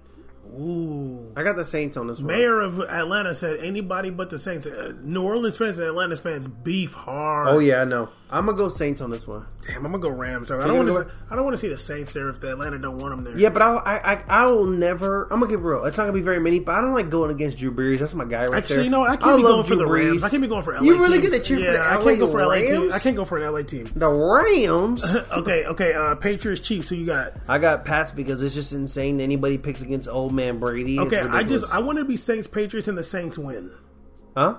A: Ooh.
B: I got the Saints on this one.
A: Mayor of Atlanta said anybody but the Saints. Uh, New Orleans fans and Atlanta fans beef hard.
B: Oh yeah, I know. I'm gonna go Saints on this one.
A: Damn, I'm gonna go Rams. I don't
B: gonna
A: want
B: go-
A: to. I don't want to see the Saints there if the Atlanta don't want them there.
B: Yeah, but I'll, I, I, I will never. I'm gonna get real. It's not gonna be very many, but I don't like going against Drew Brees. That's my guy right there.
A: Actually, you know what? I can't
B: I
A: be
B: love
A: going for
B: Drew
A: the Rams.
B: Brees.
A: I can't be going for LA.
B: You really
A: teams.
B: gonna cheer for
A: yeah,
B: the
A: I can't
B: LA
A: go for LA team.
B: Rams?
A: I can't go for an LA team.
B: The Rams.
A: Okay, okay. Uh, Patriots, Chiefs. Who you got?
B: I got Pats because it's just insane. that Anybody picks against old man Brady. It's
A: Okay, I
B: ridiculous.
A: just I want to be Saints Patriots and the Saints win.
B: huh?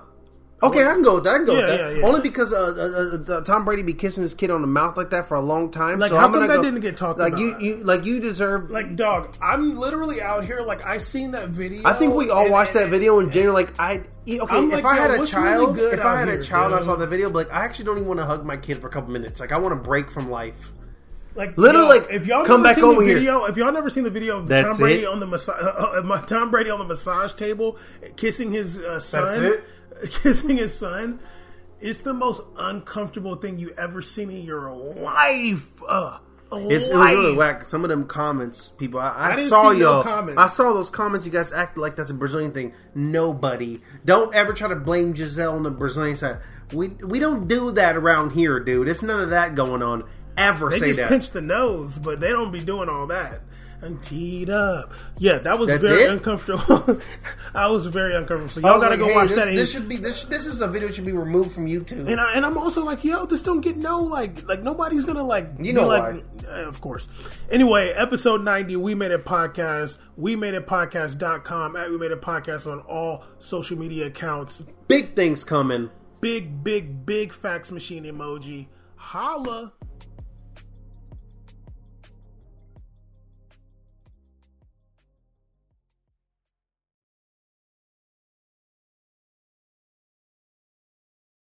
B: Okay, I can go with that. I can go
A: Yeah,
B: with that.
A: yeah, yeah.
B: Only because uh, uh, uh, Tom Brady be kissing his kid on the mouth like that for a long time.
A: Like,
B: so
A: how
B: I'm
A: come
B: gonna
A: that
B: go-
A: didn't get talked
B: like
A: about?
B: you, you, like you deserve.
A: Like, dog, I'm literally out here. Like, I seen that video.
B: I think we all
A: and-
B: watched
A: and-
B: that video in general. Like I, yeah, okay,
A: I'm like,
B: if I had
A: yo,
B: a
A: what's really
B: child,
A: good
B: if I
A: out
B: had
A: here,
B: a child, and I
A: dude?
B: saw that video. But like, I actually don't even want to hug my kid for a couple minutes. Like, I want a break from life.
A: Like
B: Literally,
A: y'all-
B: like, come
A: never
B: back
A: seen
B: over
A: the
B: here.
A: video, If y'all never seen the video of
B: That's
A: Tom Brady
B: it?
A: on the massage, uh, uh, Tom Brady on the massage table kissing his uh, son,
C: it?
A: kissing his son, it's the most uncomfortable thing you ever seen in your life. Uh,
B: It's, it was
A: life.
B: really whack. Some of them comments, people. I, I,
A: I didn't
B: saw
A: see no
B: y'all.
A: comments.
B: I saw those comments. You guys acted like that's a Brazilian thing. Nobody. Don't ever try to blame Giselle on the Brazilian side. We we don't do that around here, dude. It's none of that going on. Ever
A: They
B: say
A: just
B: that?
A: pinch the nose, but they don't be doing all that. And teed up. Yeah, that was
B: That's
A: very
B: it?
A: uncomfortable. I was very uncomfortable. So
B: I
A: y'all
B: was
A: gotta
B: like,
A: go
B: hey,
A: watch
B: this,
A: that. And-
B: This should be this. This is a video that should be removed from YouTube.
A: And I and I'm also like, yo, this don't get no like like nobody's gonna like
B: You
A: be
B: know
A: like Uh, of course. Anyway, episode ninety, we made it podcast. We made it podcast.com at we made it podcast on all social media accounts.
B: Big things coming.
A: Big, big, big fax machine emoji. Holla.